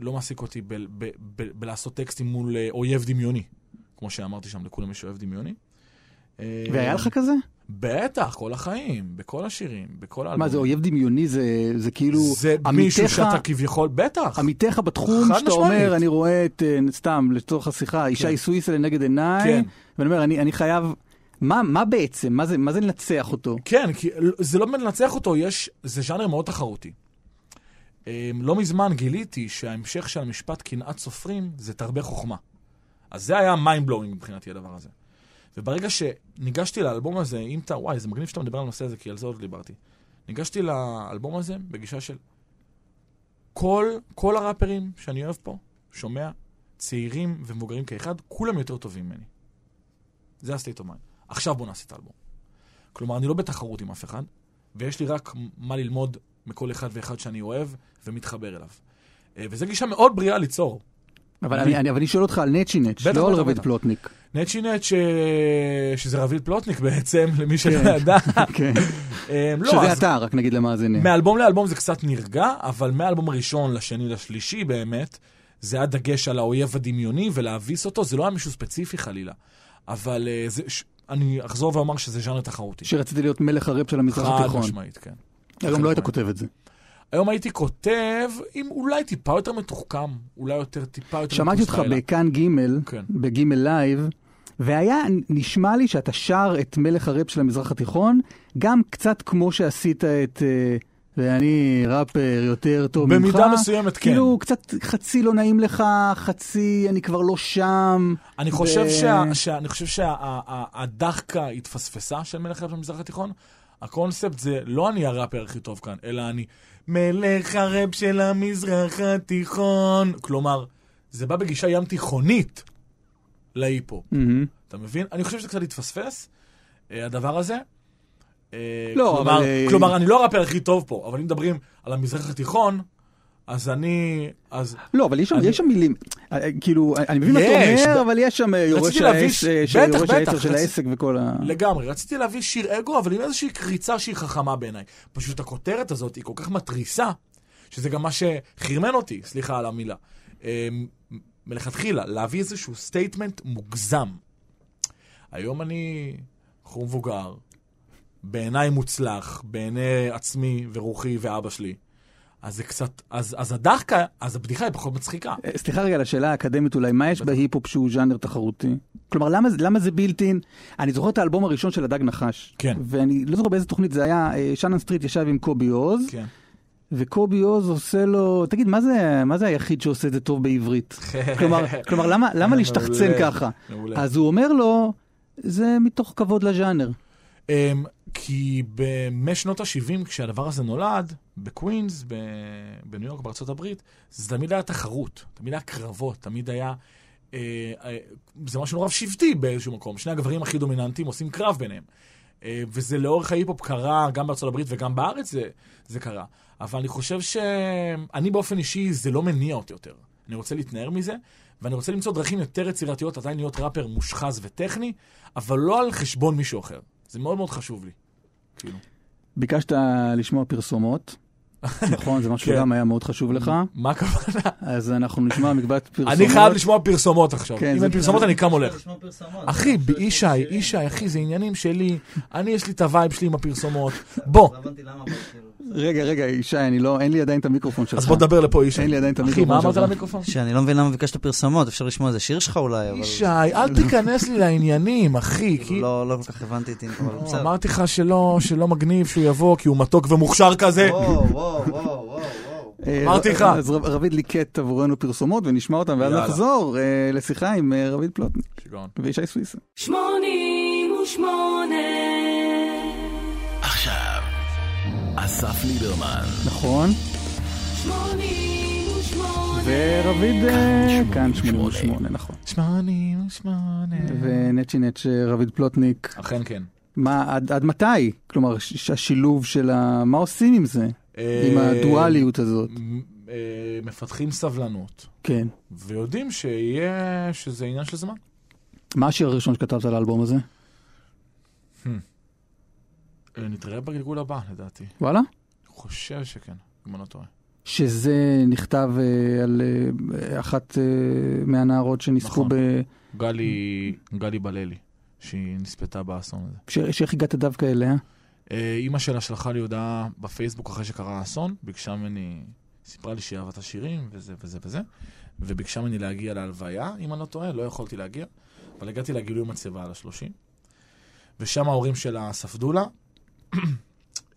לא מעסיק אותי ב, ב, ב, בלעשות טקסטים מול אה, אויב דמיוני, כמו שאמרתי שם, לכולם יש אויב דמיוני. אה,
והיה לך כזה?
בטח, כל החיים, בכל השירים, בכל האלבומים.
מה זה אויב דמיוני, זה, זה כאילו
זה מישהו
עמיתך,
שאתה כביכול, בטח.
עמיתך בתחום,
חד
שאתה
משמעית.
אומר, אני רואה את, אה, סתם, לצורך השיחה, ישי סוויסה לנגד עיניי,
כן.
ואני אומר, אני, אני חייב, מה, מה בעצם, מה זה, מה זה לנצח אותו?
כן, כי זה לא מנצח אותו, יש, זה ז'אנר מאוד תחרותי. אה, לא מזמן גיליתי שההמשך של המשפט קנאת סופרים זה תרבה חוכמה. אז זה היה mind blowing מבחינתי הדבר הזה. וברגע שניגשתי לאלבום הזה, אם אתה, וואי, זה מגניב שאתה מדבר על הנושא הזה, כי על זה עוד דיברתי. ניגשתי לאלבום הזה בגישה של כל, כל הראפרים שאני אוהב פה, שומע, צעירים ומבוגרים כאחד, כולם יותר טובים ממני. זה ה-state of mind. עכשיו בוא נעשה את האלבום. כלומר, אני לא בתחרות עם אף אחד, ויש לי רק מה ללמוד מכל אחד ואחד שאני אוהב ומתחבר אליו. אה, וזו גישה מאוד בריאה ליצור.
אבל
אני-
אני, אני, אבל אני שואל אותך על נצ'י נצ',
בטח,
לא על
בטח,
רביד
בטח.
פלוטניק.
נצ'י נט, ש... שזה רביד פלוטניק בעצם, (laughs) למי שלא ידע.
(laughs) כן. (laughs)
אה, לא,
שזה
אז
אתה, רק נגיד למאזינים.
מאלבום לאלבום זה קצת נרגע, אבל מהאלבום הראשון לשני לשלישי באמת, זה היה דגש על האויב הדמיוני ולהביס אותו, זה לא היה מישהו ספציפי חלילה. אבל אה, זה... ש... אני אחזור ואומר שזה ז'אנר תחרותי.
שרציתי להיות מלך הראפ של המזרח
חד
התיכון.
משמעית, כן.
היום לא היית כותב את זה.
היום הייתי כותב עם אולי טיפה יותר מתוחכם, אולי יותר טיפה יותר...
שמעתי אותך
מתוסטיילה.
בכאן ג',
כן.
בגימל לייב, והיה, נשמע לי שאתה שר את מלך הראפ של המזרח התיכון, גם קצת כמו שעשית את אה, ואני ראפר יותר טוב ממך.
במידה מסוימת, כן.
כאילו קצת חצי לא נעים לך, חצי אני כבר לא שם.
אני חושב שה- שה- אני חושב שהדחקה התפספסה של מלך הרפ של המזרח התיכון. הקונספט זה לא אני הראפר הכי טוב כאן, אלא אני מלך הרפ של המזרח התיכון. כלומר, זה בא בגישה ים תיכונית להיפו.
מהמם.
אתה מבין? אני חושב שזה קצת התפספס, אה, הדבר הזה. אה,
לא,
כלומר,
אבל, אה,
כלומר, אני לא הראפר הכי טוב פה, אבל אם מדברים על המזרח התיכון, אז אני... אז...
לא, אבל יש שם-
אני-
יש שם מילים, אה, אה, כאילו, אני מבין מה
יש,
אתה אומר,
ב-
אבל יש שם אה, יורש
להביא
העץ-
ש-
אה, של-
בטח,
יורש
בטח,
העצר של
רציתי-
העסק וכל ה...
לגמרי. רציתי להביא שיר אגו, אבל עם איזושהי קריצה שהיא חכמה בעיניי. פשוט הכותרת הזאת היא כל כך מתריסה, שזה גם מה שחרמן אותי, סליחה על המילה. אה, מ- מלכתחילה, להביא איזשהו סטייטמנט מוגזם. היום אני בחור מבוגר, בעיניי מוצלח, בעיני עצמי ורוחי ואבא שלי. אז זה קצת, אז, אז הדחקה, אז הבדיחה היא פחות מצחיקה.
אה, סליחה רגע על השאלה האקדמית אולי, מה יש בהיפ-הופ שהוא ז'אנר תחרותי? כלומר, למה, זה- למה זה בלתי... אני זוכר את האלבום הראשון של הדג נחש.
כן.
ואני לא זוכר באיזה תוכנית זה היה, אה, שנן סטריט ישב עם קובי עוז,
כן.
וקובי עוז עושה לו... תגיד, מה זה, מה זה היחיד שעושה את זה טוב
(laughs)
בעברית? כלומר, כלומר למה, למה להשתחצן
מעולה,
ככה?
מעולה.
אז הוא אומר לו, זה מתוך כבוד לז'אנר.
אמ, כי במשנות ה-70, כשהדבר הזה נולד, בקווינס, ב- בניו יורק, בארצות הברית, זה תמיד היה תחרות, תמיד היה קרבות, תמיד היה... אה, אה, זה משהו נורא שבטי באיזשהו מקום. שני הגברים הכי דומיננטיים עושים קרב ביניהם. אה, וזה לאורך ההיפ-הופ קרה גם בארצות הברית וגם בארץ זה, זה קרה. אבל אני חושב שאני באופן אישי, זה לא מניע אותי יותר. אני רוצה להתנער מזה, ואני רוצה למצוא דרכים יותר יצירתיות, עדיין להיות ראפר מושחז וטכני, אבל לא על חשבון מישהו אחר. זה מאוד מאוד חשוב לי. כאילו.
ביקשת לשמוע
(laughs)
פרסומות, נכון? זה משהו
כן.
שגם היה מאוד חשוב לך.
מה הכוונה?
אז אנחנו נשמע מקבץ פרסומות.
אני חייב לשמוע פרסומות עכשיו.
כן,
אם
זה- כן.
אין פרסומות, אני קם הולך.
(laughs)
לשמוע פרסומות.
אחי,
פשוט
בישי,
שירים.
אישי, אחי, זה עניינים שלי. אני, יש לי את הווייב שלי עם הפרסומות. בוא,
לא הבנתי למה, אבל כאילו...
רגע, רגע, ישי, אני לא, אין לי עדיין את המיקרופון שלך.
אז בוא נדבר לפה, אישי.
אין לי עדיין את
אחי, מה
המיקרופון
אמרת
שלך. (laughs)
למיקרופון?
שאני לא מבין למה ביקשת פרסומות, אפשר לשמוע איזה שיר שלך אולי, אבל...
אישי,
(laughs)
אל תיכנס לי לעניינים, אחי.
כאילו,
כי-
לא לא כל כך הבנתי את זה, אבל בסדר.
אמרתי לך שלא שלא מגניב שהוא יבוא, כי הוא מתוק ומוכשר
(laughs)
כזה.
לא.
וואו, וואו, וואו, וואו, וואו.
אה,
אמרתי
ר-
לך.
אז רב- רביד ליקט עבורנו פרסומות ונשמע אותם, ואז
יאללה.
נחזור אה, לשיחה עם אה, רביד פלוטניק
שיגעון.
וישי סוויסה.
88
עכשיו, אסף ליברמן.
נכון? ורביד אה, כאן 88, נכון.
88.
ונצ'י נצ' אה, רביד פלוטניק,
אכן כן.
מה, עד עד מתי? כלומר, ש- ש- השילוב של ה... מה עושים עם זה? עם
אה,
הדואליות הזאת.
מ- אה, מפתחים סבלנות,
כן.
ויודעים שיהיה, שזה עניין של זמן.
מה השיר הראשון שכתבת על האלבום הזה?
אה, נתראה בגלגול הבא, לדעתי.
וואלה?
אני חושב שכן, אם אני לא טועה.
שזה נכתב אה, על אה, אחת אה, מהנערות שנספו
נכון.
ב...
גלי, גלי בללי, שהיא נספתה באסון הזה.
ש- שאיך הגעת דווקא אליה?
אה, אימא שלה שלחה לי הודעה בפייסבוק אחרי שקרה האסון, ביקשה ממני, סיפרה לי שהיא אהבה את השירים וזה וזה וזה, וביקשה ממני להגיע להלוויה, אם אני לא טועה, לא יכולתי להגיע, אבל הגעתי לגילוי מצבה על השלושים, ושם ההורים שלה ספדו לה, (clears throat)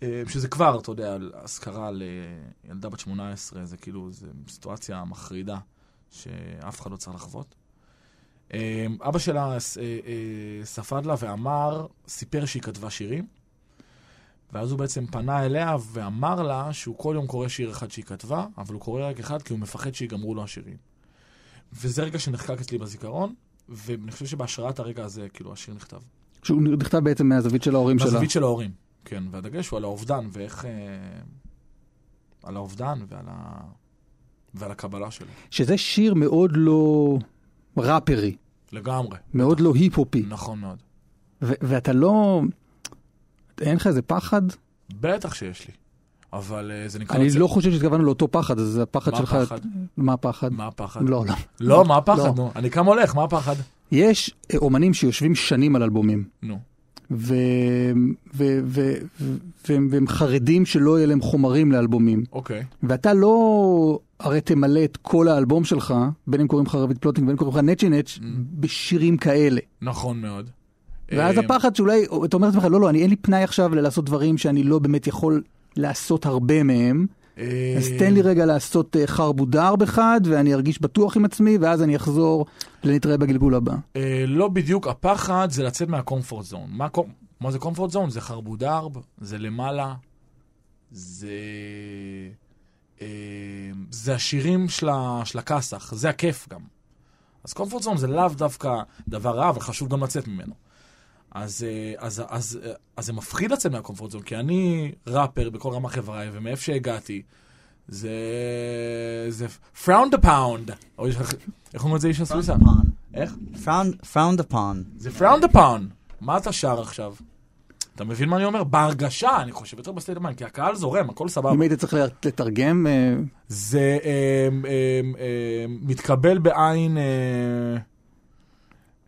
אה, שזה כבר, אתה יודע, על אזכרה לילדה בת 18, זה כאילו, זו סיטואציה מחרידה שאף אחד לא צריך לחוות. אה, אבא שלה אה, אה, ספד לה ואמר, סיפר שהיא כתבה שירים, ואז הוא בעצם פנה אליה ואמר לה שהוא כל יום קורא שיר אחד שהיא כתבה, אבל הוא קורא רק אחד כי הוא מפחד שיגמרו לו השירים. וזה רגע שנחקק אצלי בזיכרון, ואני חושב שבהשראת הרגע הזה, כאילו, השיר נכתב.
שהוא נכתב בעצם מהזווית של ההורים שלה.
מהזווית של ההורים, כן, והדגש הוא על האובדן ואיך... אה, על האובדן ועל, ה... ועל הקבלה שלו.
שזה שיר מאוד לא ראפרי,
לגמרי,
מאוד לא היפ-הופי.
נכון מאוד.
ו- ואתה לא... אין לך איזה פחד?
בטח שיש לי, אבל אה, זה נקרא...
אני
לצאת-
לא חושב שהתכוונו לאותו פחד, אז הפחד
מה
שלך...
הפחד?
מה הפחד?
מה הפחד?
לא, לא.
לא, מה הפחד?
לא.
נו, אני קם הולך, מה הפחד?
יש אה, אומנים שיושבים שנים על אלבומים.
נו.
והם ו- ו- ו- והם- והם חרדים שלא יהיה להם חומרים לאלבומים.
אוקיי.
ואתה לא הרי תמלא את כל האלבום שלך, בין אם קוראים לך רביד פלוטינג ובין אם קוראים לך נצ'י
Mm.
נצ' בשירים כאלה.
נכון מאוד.
ואז
אה,
הפחד שאולי, או- אתה אומר לעצמך, לא, לא, אני אין לי פנאי עכשיו לעשות דברים שאני לא באמת יכול לעשות הרבה מהם.
אה,
אז תן לי רגע לעשות אה, חרבו דרב אחד, ואני ארגיש בטוח עם עצמי, ואז אני אחזור לנתראה בגלגול הבא.
אה, לא בדיוק, הפחד זה לצאת מהקומפורט זון. מה, קו- מה זה קומפורט זון? זה חרבודרב, זה למעלה, זה... אה, זה השירים של, ה, של הכסח, זה הכיף גם. אז קומפורט זון זה לאו דווקא דבר רע, אבל חשוב גם לצאת ממנו. אז, אה, אז, אז, אה, אז זה מפחיד לצאת מהקומפורט זון, כי אני ראפר בכל רמה חבריי, ומאיפה שהגעתי, זה... זה פראונד הפאונד. איך אומרים את זה איש הסוויסה? איך?
פראונד אפון.
זה פראונד אפאון. מה אתה שר עכשיו? אתה מבין מה אני אומר? בהרגשה, אני חושב, יותר בסטייט המיינד, כי הקהל זורם, הכל סבבה.
אם היית צריך לתרגם, אה,
זה אמ, אמ, אמ, מתקבל בעין אה,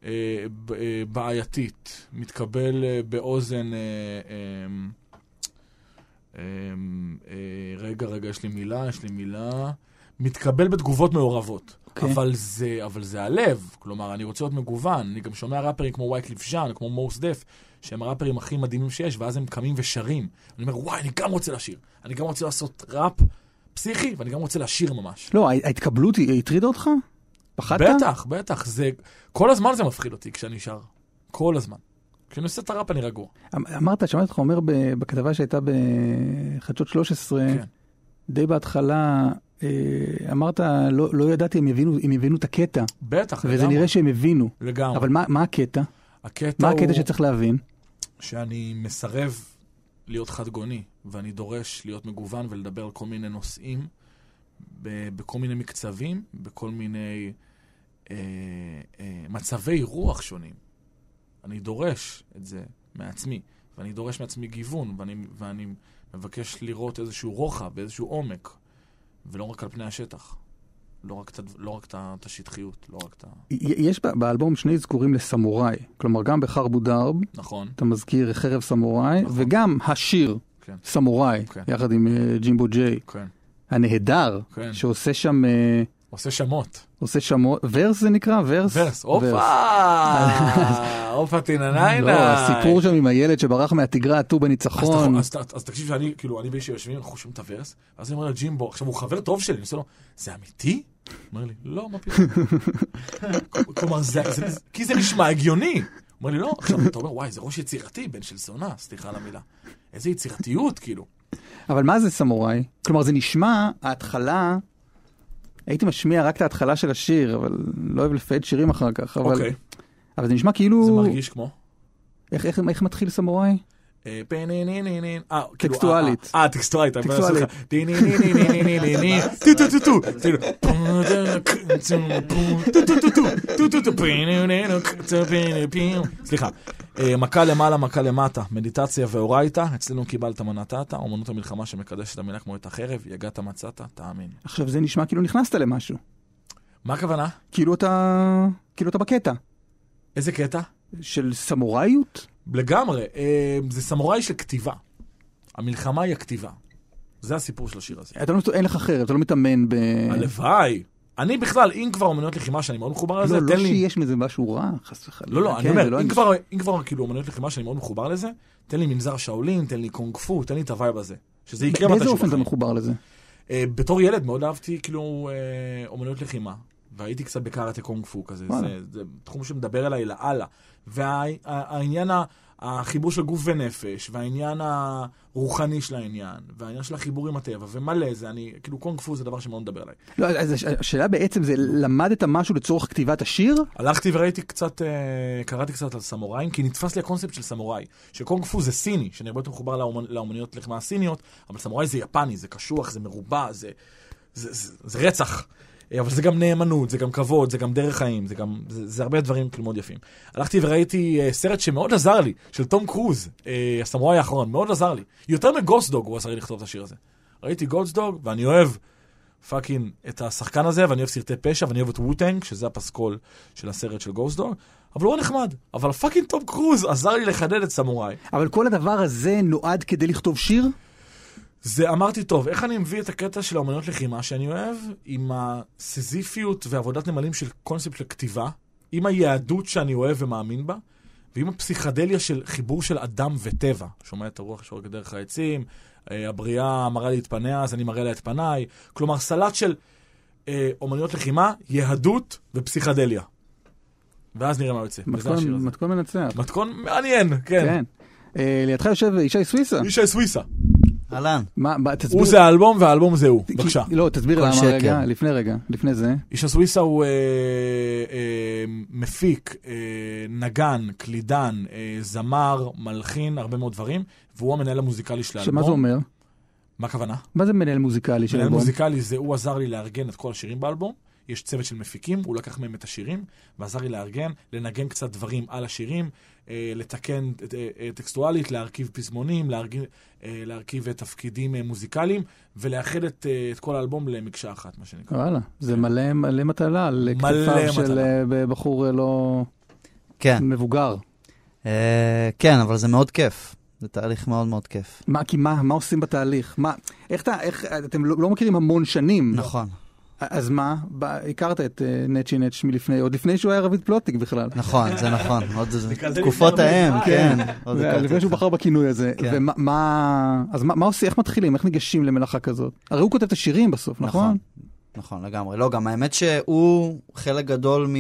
אה, ב- אה, בעייתית, מתקבל אה, באוזן... אה, אמ, אמ, אה, רגע, רגע, יש לי מילה, יש לי מילה. מתקבל בתגובות מעורבות. Okay.
אוקיי.
אבל, זה, אבל זה הלב, כלומר, אני רוצה להיות מגוון. אני גם שומע ראפרים כמו וייקליף ז'אן, כמו מורס דף, שהם הראפרים הכי מדהימים שיש, ואז הם קמים ושרים. אני אומר, וואי, אני גם רוצה לשיר. אני גם רוצה לעשות ראפ פסיכי, ואני גם רוצה לשיר ממש.
לא, ההת- ההתקבלות היא- היא הטרידה אותך? פחדת?
בטח, בטח, זה... כל הזמן זה מפחיד אותי כשאני שר. כל הזמן. כשאני עושה את הראפ אני רגוע.
אמ- אמרת, שמעתי אותך אומר ב- בכתבה שהייתה בחדשות 13,
כן.
די בהתחלה, אה, אמרת, לא לא ידעתי אם יבינו- אם יבינו את הקטע,
בטח,
וזה
לגמרי.
נראה שהם הבינו.
לגמרי.
אבל מה מה הקטע?
הקטע
מה
הוא...
הקטע שצריך להבין?
שאני מסרב להיות חדגוני, ואני דורש להיות מגוון ולדבר על כל מיני נושאים, ב- בכל מיני מקצבים, בכל מיני אה, אה, מצבי רוח שונים. אני דורש את זה מעצמי, ואני דורש מעצמי גיוון, ואני, ואני מבקש לראות איזשהו רוחב, איזשהו עומק, ולא רק על פני השטח. לא רק את הדב- לא רק את ה- את השטחיות, לא רק את ה...
י- יש ב- באלבום שני אזכורים לסמוראי, כלומר גם בחרבו דרב,
נכון.
אתה מזכיר חרב סמוראי,
נכון.
וגם השיר
כן.
סמוראי,
כן.
יחד עם אה, ג'ימבו ג'יי,
כן.
הנהדר,
כן.
שעושה שם, אה,
עושה שמות.
עושה שם, ורס זה נקרא? ורס?
ורס,
(laughs)
הופה, הופה תינניינה.
לא, הסיפור שם עם הילד שברח מהתגרה עטו בניצחון.
אז, אז, אז תקשיב שאני, כאילו, אני ואיש יושבים, אנחנו שומעים את הוורס, ואז אני אומר לג'ימבו, עכשיו הוא חבר טוב שלי, אני עושה לו, זה אמיתי? הוא אומר לי, לא, מה פתאום.
(laughs)
כל- כלומר, זה, זה, זה, כי זה נשמע הגיוני. הוא אומר לי, לא. עכשיו אתה אומר, וואי, זה ראש יצירתי, בן של זונה, סליחה על המילה. איזה יצירתיות, כאילו.
אבל מה זה סמוראי? כלומר, זה נשמע, ההתחלה, הייתי משמיע רק את ההתחלה של השיר, אבל לא אוהב לפייד שירים אחר כך, אבל,
אוקיי,
אבל זה נשמע כאילו...
זה מרגיש כמו?
איך, איך, איך מתחיל סמוראי?
אה, פנינינינין, אה, כאילו,
טקסטואלית.
אה, אה, טקסטואלית, אני מנסה
טקסטואלית.
לך.
(laughs)
טינינינינינינינינין, טו טו טו טו, כאילו, פו, טו, קו, צו, פו, טו טו טו טו, טו טו טו, פינינינינין, קו, צו, פיני, פיו. סליחה, אה, מכה למעלה, מכה למטה, מדיטציה ואורייתא, אצלנו קיבלת מנתתה, אומנות המלחמה שמקדשת המילה כמו את החרב, יגעת מצאת, תאמין.
עכשיו, זה נשמע כאילו נכנסת למשהו.
מה הכוונה?
כאילו אתה, כאילו אתה בקטע
איזה קטע?
של סמוראיות?
לגמרי, אה, זה סמוראי של כתיבה. המלחמה היא הכתיבה. זה הסיפור של השיר הזה.
אתה לא, אין לך חרב, אתה לא מתאמן ב...
הלוואי. אני בכלל, אם כבר אומנויות לחימה שאני מאוד מחובר לזה,
לא, לא
תן לי...
שיש מזה משהו רע, חס וחלילה.
לא, לא, אני
כן, זה
אומר, אם
אני-
כבר- אם כבר כאילו אומנויות לחימה שאני מאוד מחובר לזה, תן לי מנזר שאולין, תן לי קונג פו, תן לי את הווייב הזה. שזה יקרה
באיזה
מתישהו
אופן אתה
בחיים.
מחובר לזה?
אה, בתור ילד מאוד אהבתי כאילו אה, אומנויות לחימה, והייתי קצת בקארטה קונג פו כזה,
וואלה.
זה- זה תחום שמדבר אליי לאללה. והעניין, החיבור של גוף ונפש, והעניין הרוחני של העניין, והעניין של החיבור עם הטבע, ומלא זה, אני, כאילו קונג פו זה דבר שמאוד מדבר אליי.
לא, אז הש- השאלה בעצם זה, למדת משהו לצורך כתיבת השיר?
הלכתי וראיתי קצת, אה, קראתי קצת על סמוראים, כי נתפס לי הקונספט של סמוראי. שקונג פו זה סיני, שאני הרבה יותר מחובר לאומנ... לאומנויות לחימה הסיניות, אבל סמוראי זה יפני, זה קשוח, זה מרובע, זה, זה, זה, זה רצח. אה, אבל זה גם נאמנות, זה גם כבוד, זה גם דרך חיים, זה גם, זה, זה הרבה דברים כאילו מאוד יפים. הלכתי וראיתי אה, סרט שמאוד עזר לי, של תום קרוז, אה, הסמוראי האחרון, מאוד עזר לי. יותר מגוסדוג הוא עזר לי לכתוב את השיר הזה. ראיתי גוסדוג, ואני אוהב פאקינג את השחקן הזה, ואני אוהב סרטי פשע, ואני אוהב את ווטנג, שזה הפסקול של הסרט של גוסט דוג, אבל הוא היה נחמד. אבל פאקינג טום קרוז עזר לי לחדד את סמוראי.
אבל כל הדבר הזה נועד כדי לכתוב שיר?
זה אמרתי, טוב, איך אני מביא את הקטע של האומנויות לחימה שאני אוהב, עם הסיזיפיות ועבודת נמלים של קונספט של כתיבה, עם היהדות שאני אוהב ומאמין בה, ועם הפסיכדליה של חיבור של אדם וטבע, שומע את הרוח שהורגת דרך העצים, אה, הבריאה מראה לי את פניה, אז אני מראה לה את פניי. כלומר, סלט של אה, אומנויות לחימה, יהדות ופסיכדליה. ואז נראה מה יוצא. וזה השיר
מתכון
הזה.
מתכון מנצח.
מתכון מעניין, כן.
כן. אה, לידך יושב ישי סוויסה.
ישי סוויסה.
אהלן.
מה, מה, תסביר.
הוא זה האלבום והאלבום זה הוא.
כי-
בבקשה.
לא, תסביר
כל
למה
שקר.
רגע, לפני רגע, לפני זה.
איש הסוויסה הוא אה, אה, מפיק, אה, נגן, קלידן, אה, זמר, מלחין, הרבה מאוד דברים, והוא המנהל המוזיקלי של האלבום.
שמה זה אומר?
מה הכוונה?
מה זה מנהל מוזיקלי של
מנהל
אלבום?
מוזיקלי זה, הוא עזר לי לארגן את כל השירים באלבום. יש צוות של מפיקים, הוא לקח מהם את השירים, ועזר לי לארגן, לנגן קצת דברים על השירים, אה, לתקן אה, אה, טקסטואלית, להרכיב פזמונים, להרגיב, אה, להרכיב אה, תפקידים אה, מוזיקליים, ולאחד את, אה, את כל האלבום למקשה אחת, מה שנקרא.
וואלה, זה מלא מלא מטלה על
מלא
כתפיו של
מטלה.
אה, בחור אה, לא
כן.
מבוגר.
אה, כן, אבל זה מאוד כיף. זה תהליך מאוד מאוד כיף.
מה, כי מה, מה עושים בתהליך? מה, איך אתה, איך, אתם לא, לא מכירים המון
לא.
שנים.
נכון,
אז מה, ב, הכרת את אה, נצ'י נצ' מלפני, עוד לפני שהוא היה רביד פלוטיק בכלל.
נכון, זה נכון. עוד
בגלל זה
תקופות
לפני הרבה
ההם,
זמן.
כן. עוד
אה,
זה היה
הכרתי
לפני שהוא
אותך.
בחר בכינוי הזה.
כן.
ומה, מה, אז מה, מה עושים, איך מתחילים, איך ניגשים למלאכה כזאת? הרי הוא כותב את השירים בסוף, נכון?
נכון, לגמרי. לא, גם האמת שהוא חלק גדול מ...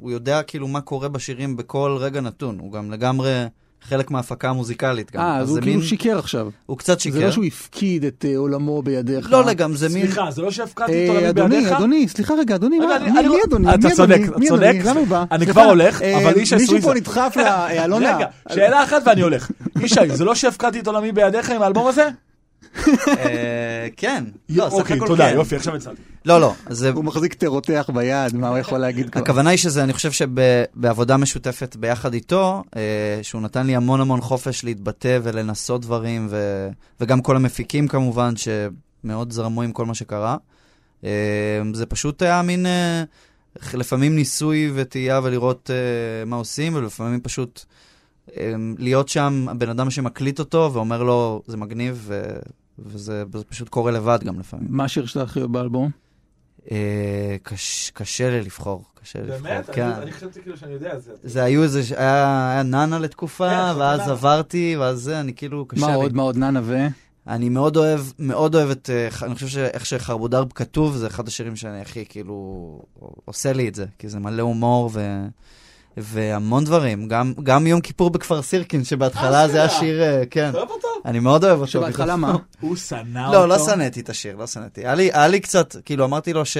הוא יודע כאילו מה קורה בשירים בכל רגע נתון. הוא גם לגמרי חלק מההפקה המוזיקלית גם.
אה, אז הוא
זה
כאילו
מין-
שיקר עכשיו.
הוא קצת
זה
שיקר.
לא שהוא הפקיד את אה, עולמו בידיך.
לא לגמרי, זה מין...
סליחה, זה לא שהפקדתי את
אה,
עולמי
אדוני,
בידיך?
אדוני, סליחה רגע, אדוני,
רגע,
מה-
אני-
מי
אני לא-
מי אדוני?
אתה
מי
צודק,
אדוני?
אתה
מי אדוני?
צודק.
למה הוא בא?
אני
סליחה,
כבר הולך,
אה,
אבל איש
מישהו
הסוויסה.
פה נדחף ל-
(laughs)
אה, אלונה.
רגע, שאלה אחת ואני הולך. ישי, זה לא שהפקדתי את עולמי בידיך עם האלבום הזה?
אה, כן. לא, סך
אוקיי,
הכל
תודה,
כן.
יופי, עכשיו הצעתי.
לא, לא, זה...
הוא מחזיק טרוטח ביד, מה הוא יכול להגיד כבר?
הכוונה היא שזה, אני חושב שבעבודה משותפת ביחד איתו, אה, שהוא נתן לי המון המון חופש להתבטא ולנסות דברים, ו, וגם כל המפיקים כמובן, שמאוד זרמו עם כל מה שקרה. אה, זה פשוט היה מין, אה, לפעמים ניסוי וטעייה ולראות אה, מה עושים, ולפעמים פשוט אה, להיות שם הבן אדם שמקליט אותו ואומר לו, זה מגניב, ו, וזה וזה פשוט קורה לבד גם לפעמים.
מה השיר שאתה הכי אוהב באלבום?
אה, קש, קשה לי לבחור, קשה לי לבחור. כן.
כן.
חשבתי כאילו שאני יודע את זה.
זה היו איזה, ש- היה, היה נאנה לתקופה,
כן,
כן, ואז
נאנה.
עברתי, ואז זה, אני כאילו, קשה
מה
לי.
עוד, מה עוד, ננה ו?
אני מאוד אוהב, מאוד אוהב את, אה, ח- אני חושב שאיך שחרבודרב כתוב, זה אחד השירים שאני הכי, כאילו, עושה לי את זה, כי זה מלא הומור ו... והמון דברים, גם, גם יום כיפור בכפר סירקין, שבהתחלה זה היה
אשכרה.
שיר, אה, כן,
אוהב אותו?
אני מאוד אוהב אותו.
שבהתחלה
בגלל-
מה?
הוא שנא אותו.
לא, לא שנאתי את השיר, לא שנאתי. היה לי, היה לי קצת, כאילו, אמרתי לו ש...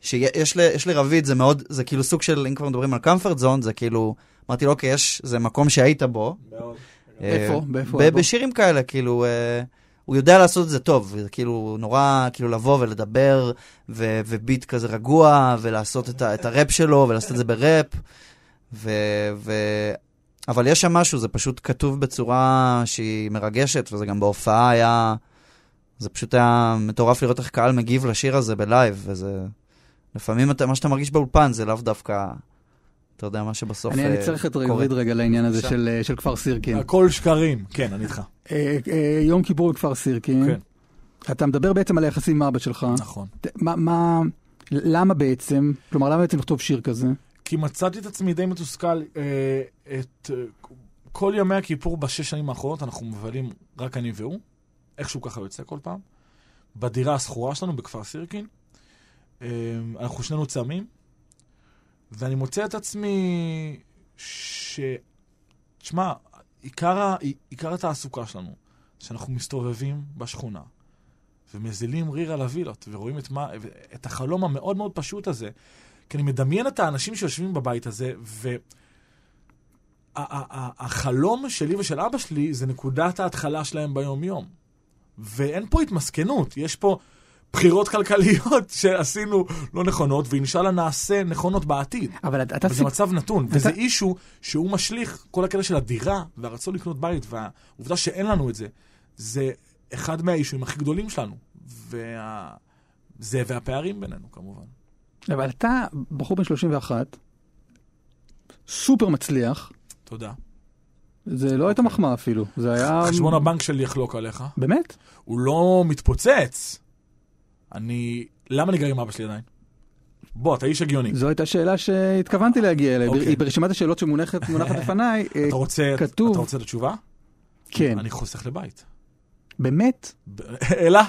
שיש לי, יש לי רביד, זה מאוד, זה כאילו סוג של, אם כבר מדברים על comfort zone, זה כאילו, אמרתי לו, אוקיי, יש, זה מקום שהיית בו.
מאוד.
איפה?
אה,
באיפה?
ב-
איפה?
בשירים כאלה, כאילו, אה, הוא יודע לעשות את זה טוב, וזה כאילו, נורא, כאילו, לבוא ולדבר, ו- וביט כזה רגוע, ולעשות את, ה- את הראפ שלו, ולעשות את זה בראפ, ו... ו- אבל יש שם משהו, זה פשוט כתוב בצורה שהיא מרגשת, וזה גם בהופעה היה... זה פשוט היה מטורף לראות איך קהל מגיב לשיר הזה בלייב, וזה... לפעמים אתה, מה שאתה מרגיש באולפן זה לאו דווקא, אתה יודע, מה שבסוף
אני אני
אה,
צריך את
קורה.
רביד רגע לעניין הזה
בבקשה.
של, אה, של כפר סירקין.
הכל שקרים. כן, אני איתך.
אה, אה, יום כיפור בכפר סירקין.
כן.
אתה מדבר בעצם על היחסים עם אבא שלך.
נכון.
ת- מה, מה, למה בעצם? כלומר, למה בעצם לכתוב שיר כזה?
כי מצאתי את עצמי די מתוסכל אה, את... אה, כל ימי הכיפור בשש שנים האחרונות אנחנו מבלים רק אני והוא, איכשהו ככה יוצא כל פעם, בדירה השכורה שלנו בכפר סירקין. אה, אנחנו שנינו צמים, ואני מוצא את עצמי ש... תשמע, עיקר, ה... עיקר התעסוקה שלנו, שאנחנו מסתובבים בשכונה ומזילים ריר על הווילות ורואים את, מה... את החלום המאוד מאוד פשוט הזה, כי אני מדמיין את האנשים שיושבים בבית הזה, ו... ה- ה- ה- החלום שלי ושל אבא שלי זה נקודת ההתחלה שלהם ביום-יום. ואין פה התמסכנות, יש פה בחירות כלכליות (laughs) שעשינו לא נכונות, ואינשאללה נעשה נכונות בעתיד.
אבל אתה- אתה
וזה
סיפ...
מצב נתון, וזה אישו שהוא משליך, כל הקטע של הדירה והרצון לקנות בית, והעובדה שאין לנו את זה, זה אחד מהאישויים הכי גדולים שלנו. וה... זה והפערים בינינו כמובן.
אבל אתה בחור בן 31, סופר מצליח,
תודה.
זה לא הייתה מחמאה אפילו, זה היה...
חשבון הבנק שלי יחלוק עליך.
באמת?
הוא לא מתפוצץ. אני... למה אני גר עם אבא שלי עדיין? בוא, אתה איש הגיוני.
זו הייתה שאלה שהתכוונתי להגיע אליה.
אוקיי.
היא ברשימת השאלות שמונחת מונחת לפניי. אה,
אתה רוצה,
כתוב-
אתה רוצה את התשובה?
כן.
אני חוסך לבית.
באמת?
ב- אלא?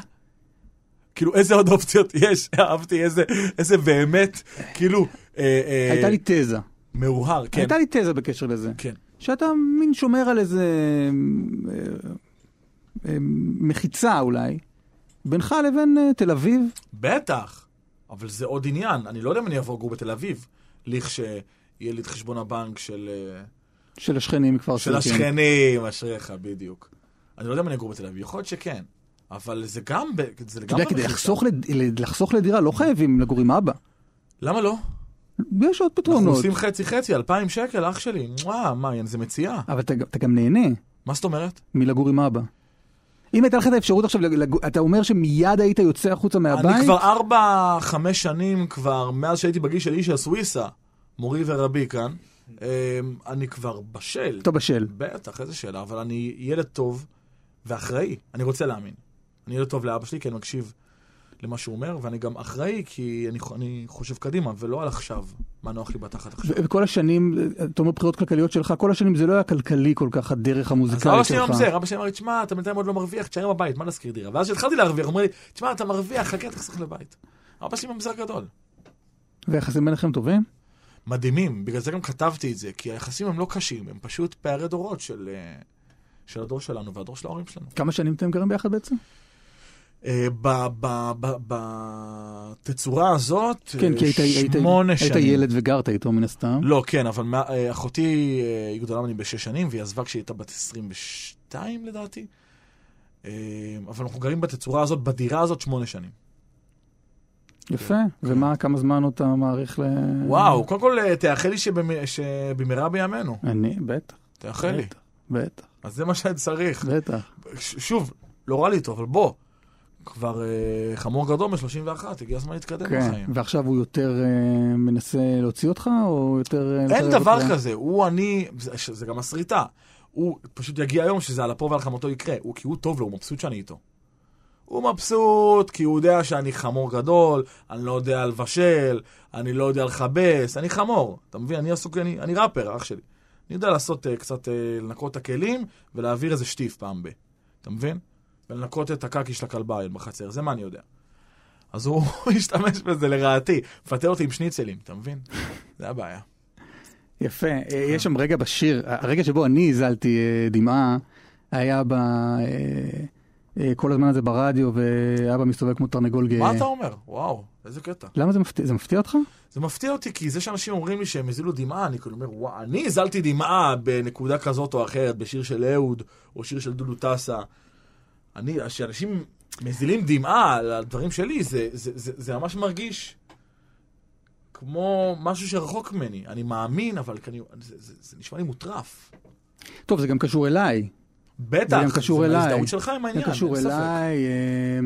כאילו, איזה עוד אופציות יש? אהבתי, איזה, איזה באמת, כאילו, אה, אה,
הייתה לי תזה.
מאוהר, כן.
הייתה לי תזה בקשר לזה.
כן.
שאתה מין שומר על איזה אה, אה, מחיצה אולי, בינך לבין אה, תל אביב.
בטח, אבל זה עוד עניין. אני לא יודע אם אני אבוא לגור בתל אביב, לכשיהיה לי את חשבון הבנק של, אה,
של השכנים מכפר
של
סירקין.
השכנים, אשריך, בדיוק. אני לא יודע אם אני אגור בתל אביב, יכול להיות שכן. אבל זה גם, ב- זה
אתה
גם
יודע, כדי
במחיר.
לחסוך, לד... ל- לחסוך לדירה לא חייבים לגור עם אבא.
למה לא?
יש עוד
אנחנו
פתרונות.
עושים חצי-חצי, 2,000 שקל, אח שלי. וואה, מה, זה מציאה.
אבל אתה, גם- אתה גם נהנה
מה זאת אומרת?
מלגור עם אבא. אם הייתה לך את האפשרות עכשיו, לג... אתה אומר שמיד היית יוצא החוצה מהבית?
אני כבר ארבע, חמש שנים כבר, מאז שהייתי בגיל של איש הסוויסה, מורי ורבי כאן,
Mm.
אמ, אני כבר בשל.
אתה בשל.
בטח, איזה שאלה, אבל אני ילד טוב ואחראי, אני רוצה להאמין. אני ילד טוב לאבא שלי, כי אני מקשיב למה שהוא אומר, ואני גם אחראי, כי אני, ח- אני חושב קדימה, ולא על עכשיו, מה נוח לי בתחת עכשיו.
ו- וכל השנים, אה, אתה אומר בחירות כלכליות שלך, כל השנים זה לא היה כלכלי כל כך, הדרך המוזיקלית
אז לא
שלך.
אבא שלי ממזר, אבא שלי אמר לי, תשמע, אתה בינתיים עוד לא מרוויח, תשאר בבית, מה להשכיר דירה? ואז כשהתחלתי להרוויח, הוא אומר לי, תשמע, אתה מרוויח, חכה, תחסוך לבית. אבא שלי ממזר גדול.
והיחסים ביניכם טובים?
מדהימים, בגלל זה גם כתבתי את זה, כי היחסים הם לא קשים, הם פשוט פערי דורות של, אה, של הדור שלנו והדור של ההורים שלנו.
כמה שנים אתם גרים ביחד בעצם?
אה, ב- ב- ב- בתצורה הזאת,
כן,
אה,
כי היית, היית,
שמונה
היית
שנים.
ילד וגרת איתו מן הסתם.
לא, כן, אבל מה- אה, אחותי אה, היא גדולה ממני בשש שנים, והיא עזבה כשהיא הייתה בת 22 לדעתי. אה, אבל אנחנו גרים בתצורה הזאת, בדירה הזאת, שמונה שנים.
Mm. יפה. ומה, כמה זמן אתה מעריך ל...
וואו, קודם כל, אה, תאחל לי שבמ- שבמהרה בימינו.
אני, בטח,
תאחל לי.
בטח,
אז זה מה שאני צריך.
בטח.
ש- שוב, לא רע לי איתו, אבל בוא, כבר אה, חמור גדול מ-31, הגיע הזמן להתקדם
כן.
בחיים.
ועכשיו הוא יותר אה, מנסה להוציא אותך, או יותר... אה,
אין
לקרב
דבר
אותך?
כזה, הוא אני, זה- ש- זה גם הסריטה. הוא פשוט יגיע יום שזה על אפו ועל חמתו יקרה, הוא, כי הוא טוב לו, הוא מבסוט שאני איתו. הוא מבסוט כי הוא יודע שאני חמור גדול, אני לא יודע לבשל, אני לא יודע לכבס, אני חמור. אתה מבין? אני עסוק, אני, אני ראפר, אח שלי. אני יודע לעשות uh, קצת, uh, לנקות את הכלים ולהעביר איזה שטיף פעם ב. אתה מבין? ולנקות את הקקי של הכלביין בחצר, זה מה אני יודע. אז הוא (laughs) השתמש בזה לרעתי, מפטר אותי עם שניצלים, אתה מבין? זה הבעיה.
יפה. אה, יש שם רגע בשיר, הרגע שבו אני הזלתי אה, דמעה, היה ב... אה, אה, כל הזמן הזה ברדיו, ואבא מסתובב כמו תרנגול גאה.
מה אתה אומר? וואו, איזה קטע.
למה זה מפתיע? זה מפתיע אותך?
זה מפתיע אותי, כי זה שאנשים אומרים לי שהם הזילו דמעה, אני כאילו אומר, וואו, אני הזלתי דמעה בנקודה כזאת או אחרת, בשיר של אהוד, או שיר של דודו טסה. אני, כשאנשים מזילים דמעה על הדברים שלי, זה, זה, זה, זה ממש מרגיש כמו משהו שרחוק ממני. אני מאמין, אבל כנראה, זה, זה, זה נשמע לי מוטרף.
טוב, זה גם קשור אליי.
בטח,
זה גם קשור אליי.
ההזדהות שלך עם העניין,
זה קשור
אין ספק.
אליי. אה,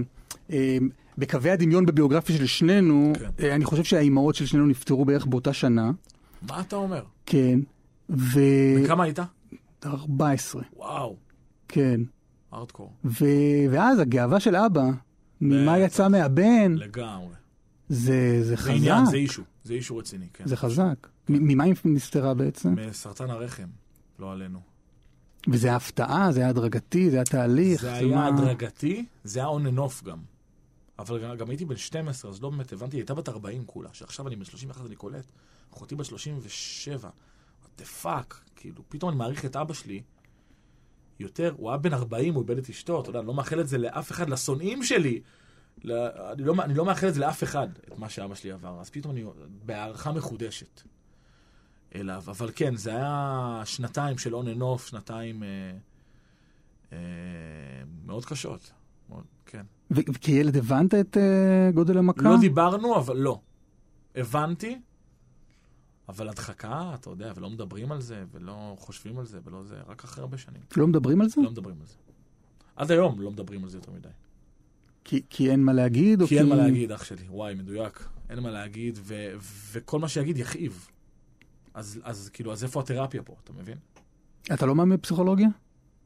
אה, בקווי הדמיון בביוגרפיה של שנינו,
כן.
אה, אני חושב שהאימהות של שנינו נפטרו בערך באותה שנה.
מה אתה אומר?
כן. ו-14,
כמה היית? וואו,
כן.
ארדקור.
ו- ואז הגאווה של אבא, ממה
בטח.
יצא מהבן,
לגמרי.
זה זה
זה עניין, כן, זה
חזק.
אישו, זה אישו רציני, כן.
זה חזק. מ- ממה היא נסתרה בעצם?
מסרטן הרחם, לא עלינו.
וזה היה הפתעה, זה היה הדרגתי, זה היה תהליך.
זה היה
מה-
הדרגתי, זה היה און אנוף גם. אבל גם- גם הייתי בן 12, אז לא באמת הבנתי, היא הייתה בת 40 כולה, שעכשיו אני בן 31 אני קולט, אחותי בת 37, what the fuck, כאילו, פתאום אני מעריך את אבא שלי יותר, הוא היה בן 40, הוא איבד את אשתו, אתה יודע, אני לא מאחל את זה לאף אחד, לשונאים שלי. ל... אני, לא, אני לא מאחל את זה לאף אחד, את מה שאבא שלי עבר, אז פתאום אני בהערכה מחודשת אליו. אבל כן, זה היה שנתיים של און אנוף, שנתיים... אה, אה, מאוד קשות. מאוד, כן.
ו- וכילד הבנת את אה, גודל המכה?
לא דיברנו, אבל לא. הבנתי, אבל הדחקה, אתה יודע, ולא מדברים על זה, ולא חושבים על זה, ולא זה, רק אחרי הרבה שנים.
לא מדברים על זה?
לא מדברים על זה. עד היום לא מדברים על זה יותר מדי.
כי- לא, כי אין מה להגיד? או
כי אין מה להגיד, אח שלי. וואי, מדויק. אין מה להגיד, ו- וכל מה שיגיד יכאיב. אז, אז כאילו, אז איפה התרפיה פה, אתה מבין?
אתה לא מאמין בפסיכולוגיה?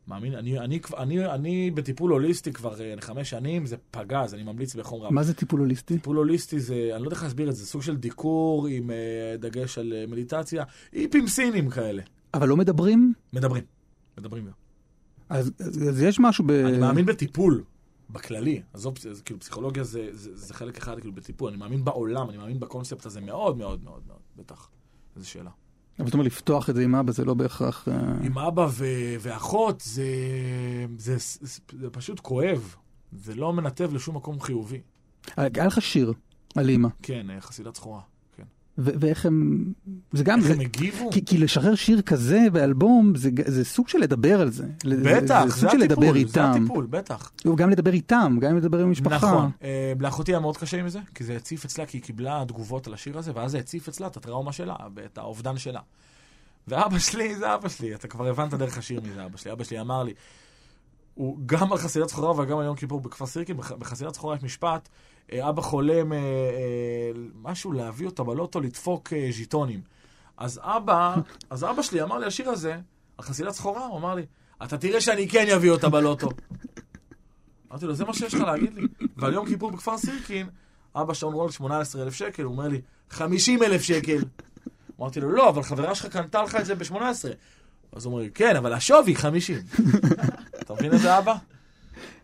מאמין, אני, אני, כבר- אני, אני בטיפול הוליסטי כבר אה, חמש שנים, זה פגז, אני ממליץ בחום רב.
מה זה טיפול הוליסטי?
טיפול הוליסטי זה, אני לא יודע איך להסביר את זה, סוג של דיקור עם אה, דגש על אה, מדיטציה, היפים סינים כאלה.
אבל לא מדברים?
מדברים,
אה.
מדברים גם.
אז, אז אז יש משהו ב...
אני מאמין בטיפול, בכללי. עזוב, זה- זה כאילו פסיכולוגיה זה, זה, זה חלק אחד כאילו בטיפול. אני מאמין בעולם, אני מאמין בקונספט הזה מאוד מאוד מאוד מאוד, בטח. איזו שאלה.
אבל אתה אומר לפתוח את זה עם אבא זה לא בהכרח... אה,
עם אבא ו- ואחות זה, זה, זה, זה פשוט כואב. זה לא מנתב לשום מקום חיובי.
היה לך שיר על אימא,
כן, אה, חסידת סחורה. כן.
ו- ואיך הם... זה גם...
איך
אה, זה-
הם הגיבו?
כי, כי לשחרר שיר כזה באלבום זה, ג- זה סוג של לדבר על זה. ל-
בטח,
זה, זה
זה
סוג של לדבר
הטיפול,
איתם.
זה הטיפול, בטח.
הוא גם לדבר איתם, גם לדבר עם משפחה.
נכון. אה, לאחותי היה מאוד קשה עם זה, כי זה הציף אצלה, כי היא קיבלה תגובות על השיר הזה, ואז זה הציף אצלה את הטראומה שלה, ואת האובדן שלה. ואבא שלי זה אבא שלי, אתה כבר הבנת דרך השיר מי זה אבא שלי. אבא שלי אמר לי, הוא גם על חסידת סחורה וגם על יום כיפור בכפר סירקין, בח- בחסידת סחורה יש משפט, אה, אבא חולם אה, אה, משהו להביא אותו בלוטו לדפוק אה, ז'יטונים. אז אבא, אז אבא שלי אמר לי השיר הזה, על חסידת סחורה, הוא אמר לי, אתה תראה שאני כן אביא אותה בלוטו. אמרתי לו, זה מה שיש לך להגיד לי. ועל יום כיפור בכפר סירקין, אבא שעון רול 18,000 שקל, הוא אומר לי, 50,000 שקל. אמרתי לו, לא, אבל חברה שלך קנתה לך את זה ב-18. אז הוא אומר לי, כן, אבל השווי 50. אתה מבין את זה, אבא?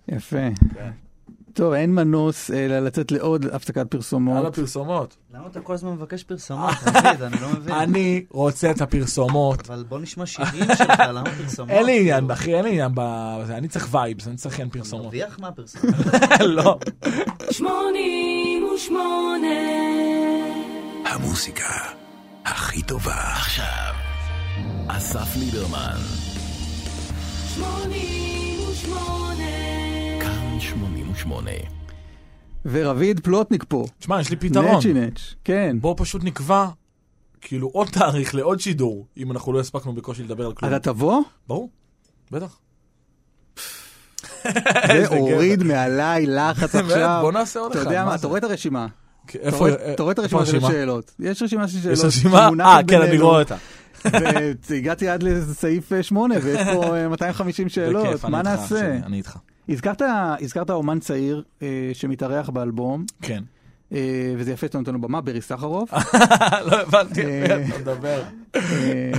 יפה.
כן.
טוב, אין מנוס אלא לצאת לעוד הפסקת
על
פרסומות.
הפרסומות.
למה אתה כל הזמן מבקש פרסומות? תגיד, אני לא מבין.
אני רוצה את הפרסומות.
אבל בוא נשמע שירים שלך, למה פרסומות?
אין לי עניין, אחי, אין לי עניין בזה. אני צריך וייבס, אני צריך אין פרסומות.
מרוויח מהפרסומות?
(laughs) לא.
המוסיקה הכי טובה עכשיו. אסף ליברמן. 88. כאן 88.
ורביד פלוטניק פה.
תשמע, יש לי פתרון.
נצ'י נץ', כן.
בואו פשוט נקבע, כאילו, עוד תאריך לעוד שידור, אם אנחנו לא הספקנו בקושי לדבר על כלום.
אתה תבוא?
ברור, בטח.
זה
גבר.
הוריד מעליי
(laughs)
לחץ עכשיו.
בוא נעשה עוד
אתה
אחד,
יודע
מה
מה,
זה?
אתה רואה את הרשימה.
כי-
אתה
איפה-
רואה-
אה,
אתה רואה את
איפה
הרשימה של שאלות. יש רשימה של שאלות.
יש רשימה?
שמונחת
אה, כן, אני
בינינו.
רואה אותה.
והגעתי עד לסעיף 8 ויש פה
(laughs)
אה, 250 שאלות,
בכיף, אני
מה
איתך,
נעשה?
שני, אני איתך.
הזכרת, הזכרת אומן צעיר אה, שמתארח באלבום,
כן.
אה, וזה יפה שאתה נותן לו במה, ברי סחרוף.
(laughs) לא הבנתי
אה,
על מי אתה מדבר. (laughs)
אה,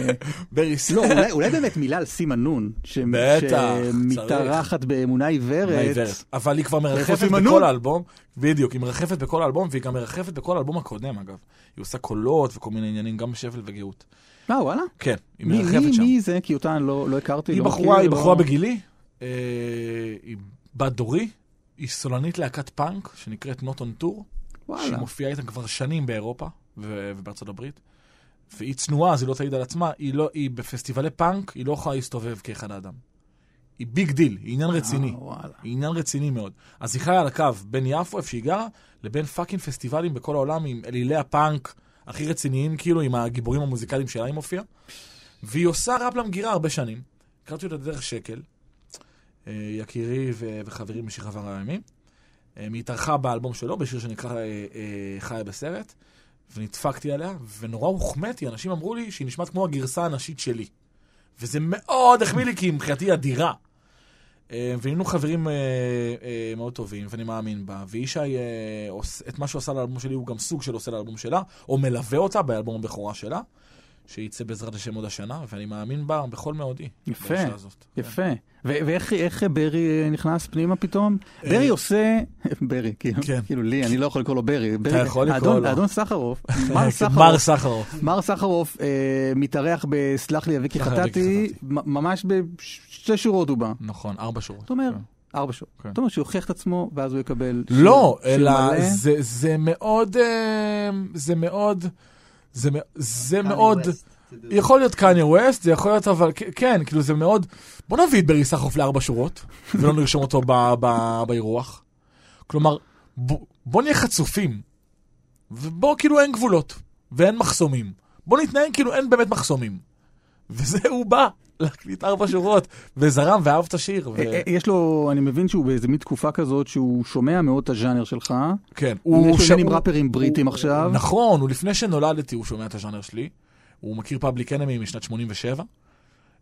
בריס.
לא, אולי- אולי באמת מילה על סימה נון, ש-
בטח,
שמתארחת באמונה עיוורת.
עיוורת. אבל היא כבר
לאכול
מרחפת
סימנון.
בכל האלבום, בדיוק, היא מרחפת בכל האלבום, והיא גם מרחפת בכל האלבום הקודם, אגב. היא עושה קולות וכל מיני עניינים, גם שפל וגאות.
אה, וואלה?
כן, היא
מי- מי-
מרחפת שם.
מי זה? כי אותה אני לא לא הכרתי.
היא
לא
בחורה,
מכיר,
היא
לא-
בחורה בגילי, אה, היא בת דורי, היא סולנית להקת פאנק, שנקראת נוט און טור, שהיא
וואלה.
מופיעה איתה כבר שנים באירופה ו- ובארצות הברית. והיא צנועה, אז היא לא תעיד על עצמה, היא, לא, היא בפסטיבלי פאנק, היא לא יכולה להסתובב כאחד האדם. היא ביג דיל, היא עניין רציני.
אה, וואלה.
היא עניין רציני מאוד. אז היא חיה על הקו בין יפו, איפה שהיא גרה, לבין פאקינג פסטיבלים בכל העולם עם אלילי הפאנק הכי רציניים, כאילו, עם הגיבורים המוזיקליים שלה היא מופיעה. והיא עושה ראפ למגירה הרבה שנים. הכרתי אותה דרך שקל, אה, יקירי ו- וחברי משכבר הימים. אה, היא התארחה באלבום שלו, בשיר שנקרא אה, אה, חיה בסרט, ונדפקתי עליה, ונורא הוחמאתי, אנשים אמרו לי שהיא נשמעת כמו הגרסה הנשית שלי. וזה מאוד החמיא לי, כי מבחינתי היא אדירה. אה, והיינו חברים אה, אה, מאוד טובים, ואני מאמין בה, וישי, אה, עוש- את מה שהוא עשה לאלבום שלי, הוא גם סוג של עושה לאלבום שלה, או מלווה אותה באלבום הבכורה שלה, שייצא בעזרת השם עוד השנה, ואני מאמין בה בכל מאודי.
יפה,
באישה הזאת. כן.
יפה. ו- ואיך איך ברי נכנס פנימה פתאום? ברי עושה, (laughs) ברי, כאילו-
אה, כן.
כאילו לי, אני לא יכול לקרוא לו ברי. ברי-
יכול לקרוא
האדון-
לו. כן,
האדון
(laughs)
סחרוף, מר
מר
סחרוף,
סחרוף.
מר סחרוף אה, מתארח בסלח לי אבי כי
סלח לי, אבי, כי
חטאתי,
חטאתי.
מ- ממש בשתי שורות הוא בא.
נכון, ארבע שורות.
זאת אומרת,
כן.
ארבע שורות.
כן.
זאת אומרת שהוא יוכיח את עצמו ואז הוא יקבל... שיר-
לא,
שיר
אלא
מלא.
זה- זה מאוד, אה, זה מאוד, זה מא- זה מאוד, יכול להיות קניה ווסט, זה יכול להיות אבל, כ- כן, כאילו זה מאוד, בוא נביא את ברי סחרוף לארבע
(laughs)
שורות, ולא נרשום אותו ב- ב- באירוח. כלומר, ב- בוא נהיה חצופים, ובוא כאילו אין גבולות, ואין מחסומים. בוא נתנהג כאילו אין באמת מחסומים. וזה הוא בא, להקליט ארבע שורות, וזרם ואהב את השיר. ו-
אה, אה, יש לו, אני מבין שהוא באיזה מין תקופה כזאת שהוא שומע מאוד את הז'אנר שלך.
כן,
יש לו
ש-
עניין עם
הוא-
ראפרים בריטים עכשיו.
נכון, הוא לפני שנולדתי, הוא שומע את הז'אנר שלי. הוא מכיר פאבליק אנמי משנת 87.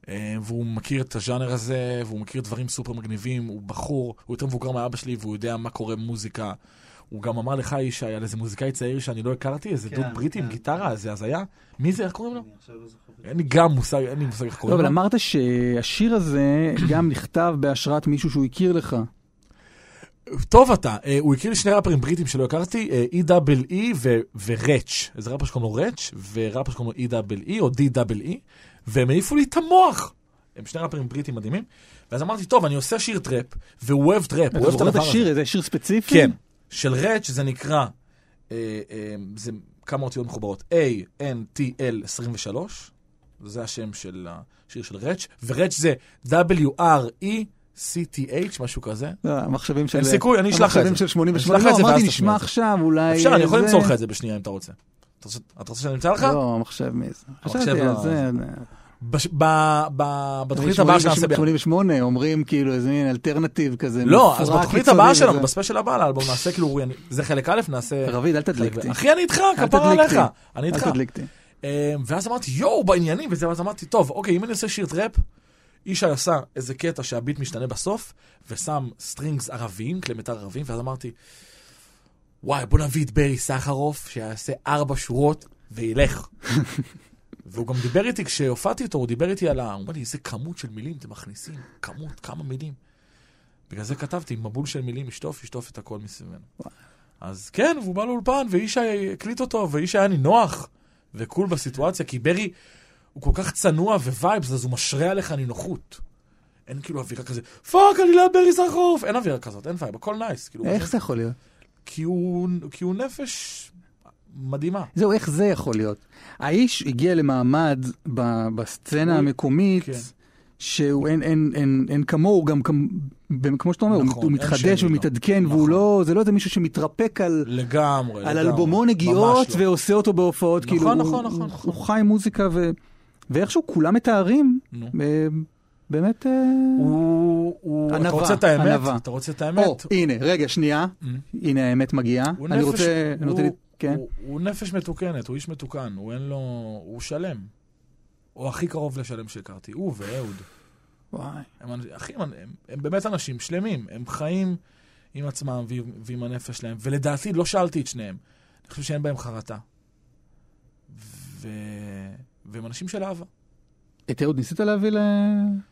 אה, והוא מכיר את הז'אנר הזה, והוא מכיר דברים סופר מגניבים, הוא בחור, הוא יותר מבוגר מאבא שלי, והוא יודע מה קורה במוזיקה. הוא גם אמר לך, ישי, על איזה מוזיקאי צעיר שאני לא הכרתי, איזה
כן,
דוד בריטי עם
כן. לא
גיטרה, איזה הזיה. מי זה, איך קוראים לו? אין לי גם מושג, אין לי מושג איך
לא,
קוראים
אבל
לו.
אמרת שהשיר הזה גם נכתב בהשראת מישהו שהוא הכיר לך.
טוב אתה, אה, הוא הכיר לי שני ראפרים בריטים שלא הכרתי, אה, E-E וראץ', איזה ראפר שקוראים לו ראץ', וראפר שקוראים לו E-E או D-E, והם העיפו לי את המוח. הם שני ראפרים בריטים מדהימים. ואז אמרתי, טוב, אני עושה שיר טראפ, והוא אוהב טראפ, הוא
אתה
אוהב את
זוכר את
הדבר הזה.
השיר, איזה שיר ספציפי?
כן, של ראץ', זה נקרא, אה, אה, זה כמה אותיות מחוברות, A-N-T-L 23, זה השם של השיר של ראץ', וראץ' זה E W-R-E-C-T-H, משהו כזה.
לא, המחשבים של...
אין סיכוי, אני אשלח לך את זה.
המחשבים של
אני
88.
אשלח לך
לא,
את זה ואז
אמרתי,
תשמיע
נשמע
את זה.
עכשיו, אולי...
אפשר, אני יכול
זה-
למצוא לך את זה בשנייה אם אתה רוצה. אתה רוצה- אתה רוצה שאני אמצא לך?
לא, המחשב מי זה. חשבתי על
לא,
זה.
בש- ב- ב- בתוכנית
שמונים
הבאה
ושמונה-
שנעשה ביחד.
88 אומרים כאילו איזה מין אלטרנטיב כזה.
לא,
מופרע,
אז בתוכנית
קיצוני
הבאה
וזה.
שלנו, בספיישל הבא לאלבום, נעשה כאילו, אורי, אני- זה חלק א', נעשה...
רביד, אל תדליק אותי.
אחי, אני איתך,
אל
כפרה
תדליק
עליך.
אותי.
אני איתך.
אל תדליק אותי.
אה, ואז אמרתי, יואו, בעניינים, וזה, ואז אמרתי, טוב, אוקיי, אם אני עושה שיר טראפ, ישי עשה איזה קטע שהביט משתנה בסוף, ושם סטרינגס ערביים, כלי מיתר ערביים, ואז אמרתי, וואי, בוא נביא את ברי סחרוף, שיעשה ארבע שורות, וילך. והוא גם דיבר איתי, כשהופעתי איתו, הוא דיבר איתי על ה... הוא אמר לי, איזה כמות של מילים אתם מכניסים, כמות, כמה מילים. בגלל זה כתבתי, מבול של מילים, ישטוף, ישטוף את הכל מסביבנו. אז כן, והוא בא לאולפן, ואישי הקליט אותו, ואישי היה נינוח וקול בסיטואציה, כי ברי הוא כל כך צנוע ווייבס, אז הוא משרה עליך נינוחות. אין כאילו אווירה כזה, פאק, אני ליד ברי סחרוף! אין אווירה כזאת, אין וייב, הכל נייס. כאילו,
איך זה יכול להיות?
כי הוא, כי הוא נפש מדהימה.
זהו, איך זה יכול להיות? האיש הגיע למעמד ב- בסצנה המקומית,
כן.
שהוא אין, אין, אין, אין כמוהו, גם כמ- ב- כמו שאתה אומר, הוא-
נכון,
הוא
אין שני
מתחדש
לו.
ומתעדכן, והוא
נכון.
לא, זה לא איזה מישהו שמתרפק על...
לגמרי, לגמרי.
על אלבומון
ממש
נגיעות
לא.
ועושה אותו בהופעות,
נכון,
כאילו,
נכון,
הוא-
נכון,
הוא-
נכון.
הוא חי מוזיקה ו... ואיכשהו כולם מתארים,
נו.
אה, באמת, אה,
הוא... הוא... אתה
ענווה,
רוצה את האמת?
ענווה.
אתה רוצה את
או,
האמת? Mm.
הנה, רגע, שנייה, הנה האמת מגיעה,
הוא
אני
נפש-
רוצה, אני רוצה,
הוא-
לי- כן,
הוא- הוא נפש מתוקנת, הוא איש מתוקן, הוא אין לו... הוא שלם. הוא הכי קרוב לשלם שהכרתי, הוא ואהוד.
וואי,
הם, אנ- אחי, הם, הם, הם באמת אנשים שלמים, הם חיים עם עצמם ועם, ועם הנפש שלהם, ולדעתי לא שאלתי את שניהם. אני חושב שאין בהם חרטה. ו... והם אנשים של אהבה.
את אהוד ניסית להביא ל-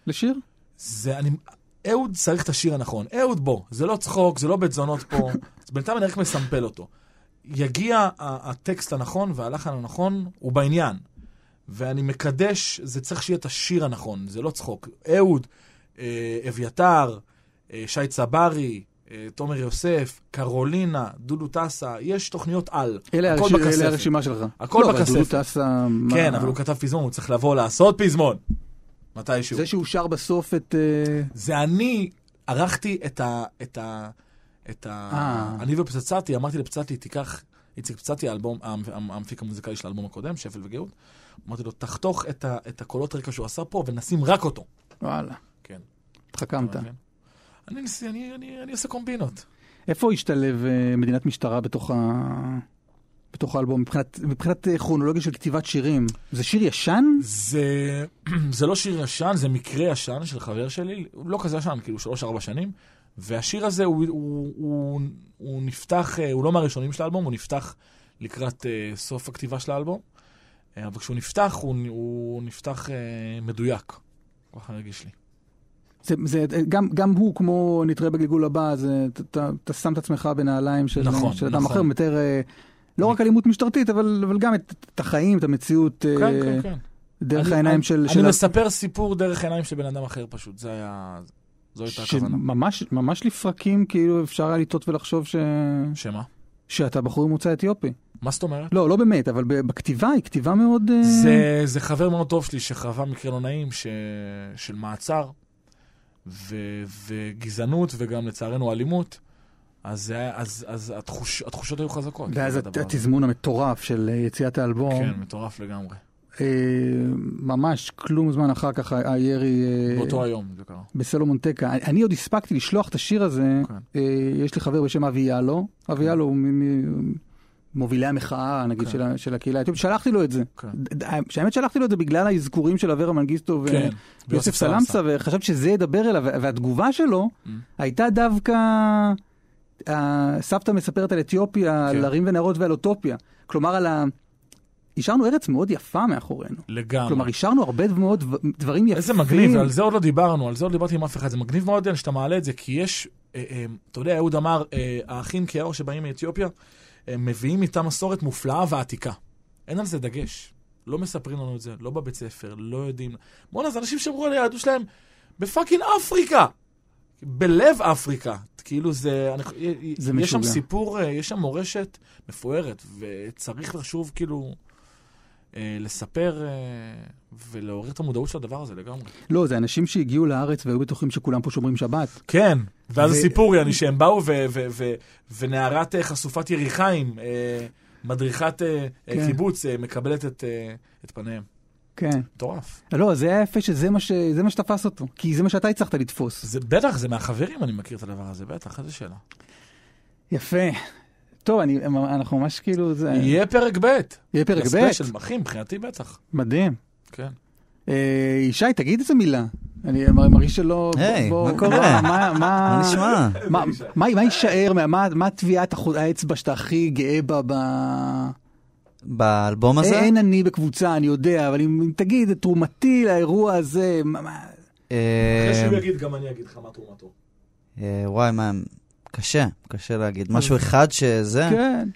לשיר?
זה, אני... אהוד צריך את השיר הנכון. אהוד בוא, זה לא צחוק, זה לא בית זונות
(laughs)
פה. אז בינתיים אני רק מסמפל אותו. יגיע ה- הטקסט הנכון והלחן הנכון, הוא בעניין. ואני מקדש, זה צריך שיהיה את השיר הנכון, זה לא צחוק. אהוד, אה, אביתר, אה, שי צברי, אה, תומר יוסף, קרולינה, דודו טסה, יש תוכניות על.
אלה
הכל
הרשי-
בכספת.
אלה הרשימה שלך.
הכל
לא, אבל
בכספת.
דודו טסה, מה-
כן, אבל הוא כתב פזמון, הוא צריך לבוא לעשות פזמון. מתישהו.
זה שהוא שר בסוף את... אה,
זה אני ערכתי את ה... את ה... את ה...
אה.
אני ופצצתי, אמרתי לפצצתי, תיקח... איציק פצצתי, האלבום- המ- המ- המפיק המוזיקלי של האלבום הקודם, שפל וגאות. אמרתי לו, תחתוך את ה- את הקולות רקע שהוא עשה פה ונשים רק אותו.
וואלה,
כן.
התחכמת.
אתה מבין? אני ניסי- אני- אני אני עושה קומבינות.
איפה השתלב אה, מדינת משטרה בתוך ה... בתוך האלבום, מבחינת, מבחינת אה, כרונולוגיה של כתיבת שירים, זה שיר ישן?
זה, (clears throat) זה לא שיר ישן, זה מקרה ישן של חבר שלי, הוא לא כזה ישן, כאילו שלוש-ארבע שנים, והשיר הזה הוא, הוא, הוא, הוא נפתח, אה, הוא לא מהראשונים של האלבום, הוא נפתח לקראת uh, סוף הכתיבה של האלבום, אה, אבל כשהוא נפתח, הוא, הוא נפתח uh, מדויק, ככה הרגיש לי.
זה, זה, אה, גם, גם הוא, כמו נתראה בגלגול הבא, זה- אתה- אתה- אתה שם את עצמך בנעליים של,
נכון,
של אדם
נכון.
אחר, מתאר אה, לא רק אלימות משטרתית, אבל, אבל גם את, את החיים, את המציאות, אה,
כן, כן, כן.
דרך
אני-
העיניים
אני,
של...
אני
של ה-
מספר סיפור דרך עיניים של בן אדם אחר פשוט, זה היה... זו הייתה הכוונה.
שממש ממש לפרקים, כאילו אפשר היה לטעות ולחשוב ש...
שמה?
שאתה בחור ממוצא אתיופי.
מה זאת אומרת?
לא, לא באמת, אבל ב- בכתיבה היא כתיבה מאוד... אה,
זה, זה חבר מאוד טוב שלי שחווה מקרה לא נעים ש... של מעצר ו... וגזענות וגם לצערנו אלימות, אז, זה היה- אז, אז התחוש... התחושות היו חזקות.
ואז
לדבר
הת-
הזה.
התזמון המטורף של אה, יציאת האלבום,
כן, מטורף לגמרי.
אה, ממש כלום זמן אחר כך ה- הירי אה,
באותו היום זה קרה.
בסלומון טקה. אני- אני עוד הספקתי לשלוח את השיר הזה,
כן.
אה, יש לי חבר בשם אבי יאלו, אבי יאלו הוא מ- מ- מובילי המחאה, נגיד,
כן.
של, ה- של הקהילה האתיופית. שלחתי לו את זה.
כן.
ד- ד- האמת שלחתי לו את זה בגלל האזכורים של אברה מנגיסטו ו-
כן,
ויוסף סלמסה, וחשבתי שזה ידבר אליו, והתגובה שלו
Mm.
הייתה דווקא... אה, סבתא מספרת על אתיופיה,
כן.
על ערים ונערות ועל אוטופיה. כלומר, על ה... השארנו ארץ מאוד יפה מאחורינו.
לגמרי.
כלומר, השארנו הרבה מאוד דב- דברים יפים.
איזה מגניב, על זה עוד לא דיברנו, על זה עוד לא דיברתי עם אף אחד. זה מגניב מאוד אלן, שאתה מעלה את זה, כי יש, אה, אה, אתה יודע, אהוד אמר, אה, האחים קיאו שבאים מאתיופיה, הם מביאים איתם מסורת מופלאה ועתיקה. אין על זה דגש. לא מספרים לנו את זה, לא בבית ספר, לא יודעים. בואנה, זה אנשים שאמרו על היהדות שלהם בפאקינג אפריקה! בלב אפריקה. כאילו זה... אני,
זה
יש שם
משוגע.
סיפור, אה, יש שם מורשת מפוארת, וצריך לחשוב כאילו... אה, לספר אה, ולעורר את המודעות של הדבר הזה לגמרי.
לא, זה אנשים שהגיעו לארץ והיו בטוחים שכולם פה שומרים שבת.
כן, ואז
ו-
הסיפור, יעני, שהם באו ו- ו- ו- ונערת אה, חשופת יריחיים, אה, מדריכת אה, אה,
כן.
קיבוץ, אה, מקבלת את, אה, את פניהם.
כן.
מטורף.
לא, זה היה יפה שזה מה, ש... זה מה שתפס אותו, כי זה מה שאתה הצלחת לתפוס.
זה בטח, זה מהחברים אני מכיר את הדבר הזה, בטח, איזה שאלה.
יפה. טוב, אני, אנחנו ממש כאילו, זה...
יהיה פרק ב'.
יהיה פרק ב',
לספיישל, אחי, מבחינתי בטח.
מדהים.
כן.
אה, ישי, תגיד איזה מילה. אני מ- מרגיש שלא...
היי,
בוא-
מה
בוא- מה-
קורה? מה
מה
נשמע?
מה- מה- מה יישאר? מה- מה- מה טביעת החו- האצבע שאתה הכי גאה בה ב...
באלבום
אה,
הזה?
אין אני בקבוצה, אני יודע, אבל אם אם תגיד את תרומתי לאירוע הזה, מה- מה-
אה,
יגיד, גם אני אגיד לך מה תרומתו.
אה, וואי, מה, קשה, קשה להגיד. משהו אחד שזה,
כן.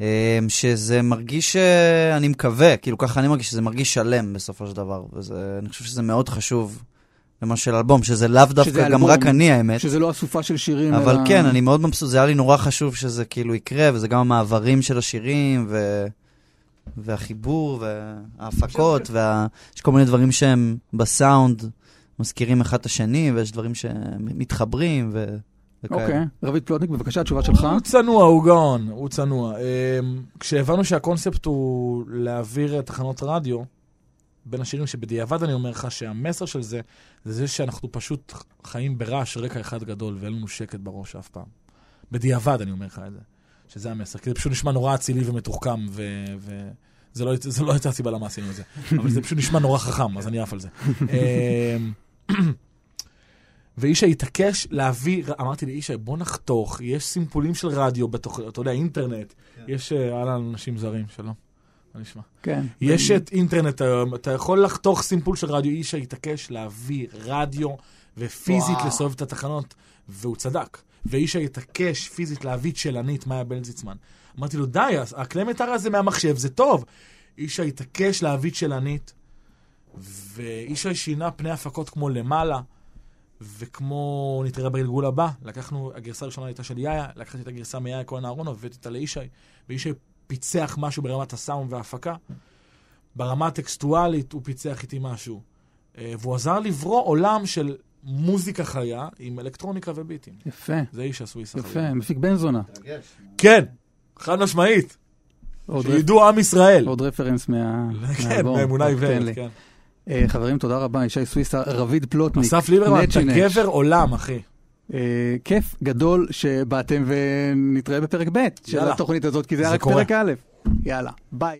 אה, שזה מרגיש, אה, אני מקווה, כאילו ככה אני מרגיש שזה מרגיש שלם בסופו של דבר, ואני חושב שזה מאוד חשוב למשהו של אלבום, שזה לאו דווקא גם
אלבום.
רק אני האמת.
שזה לא אסופה של שירים,
אבל
אלא-
כן, אני מאוד מבסוט, זה היה לי נורא חשוב שזה כאילו יקרה, וזה גם המעברים של השירים, ו... והחיבור, וההפקות, וה... יש כל מיני דברים שהם בסאונד מזכירים אחד את השני, ויש דברים שמתחברים, ו... וכאלה.
אוקיי. רביד פלוטניק, בבקשה, התשובה שלך.
הוא צנוע, הוא גאון, הוא צנוע. אמ, כשהבנו שהקונספט הוא להעביר תחנות רדיו, בין השירים שבדיעבד אני אומר לך שהמסר של זה, זה זה שאנחנו פשוט חיים ברעש רקע אחד גדול ואין לנו שקט בראש אף פעם. בדיעבד אני אומר לך את זה, שזה המסר, כי זה פשוט נשמע נורא אצילי ומתוחכם, ו... ו... זה לא, זה לא הייתה הסיבה למה עשינו את זה, אבל זה פשוט נשמע נורא חכם, אז אני עף על זה. אמ, ואישי התעקש להביא, אמרתי לי, אישי, בוא נחתוך, יש סימפולים של רדיו בתוך, אתה יודע, אינטרנט. יש, אה, אהלן, אנשים זרים, שלום. מה נשמע?
כן.
יש את אינטרנט היום, אתה יכול לחתוך סימפול של רדיו, איש התעקש להביא רדיו ופיזית
וואו.
לסובב את התחנות, והוא צדק. ואיש התעקש פיזית להביא את שלנית מאיה בלזיצמן. אמרתי לו, די, אז הכלי מיתר הזה מהמחשב, זה טוב. איש התעקש להביא את שלנית, ואיש שינה פני הפקות כמו למעלה. וכמו נתראה בגלגול הבא, לקחנו, הגרסה הראשונה הייתה של יאיה, לקחתי את הגרסה מיאיה כהן אהרונוב, הבאתי אותה לישי, וישי פיצח משהו ברמת הסאונד וההפקה. ברמה הטקסטואלית הוא פיצח איתי משהו. אה, והוא עזר לברוא עולם של מוזיקה חיה עם אלקטרוניקה וביטים.
יפה,
זה איש עשוי סחריר.
יפה, מפיק בן זונה.
כן, חד משמעית.
עוד רפ-
שידעו עם ישראל.
עוד רפרנס מה-
(laughs) כן,
מהאלבום.
באמונה
טוב, תן
עיוורת,
לי.
כן.
אה, חברים, תודה רבה, ישי סוויסה, רביד פלוטניק.
אסף ליברמן,
נצ'י
אתה
נץ'.
גבר עולם, אחי.
אה, כיף גדול שבאתם ונתראה בפרק ב' של
יאללה.
התוכנית הזאת, כי זה היה
זה
רק
קורה.
פרק א'. יאללה, ביי.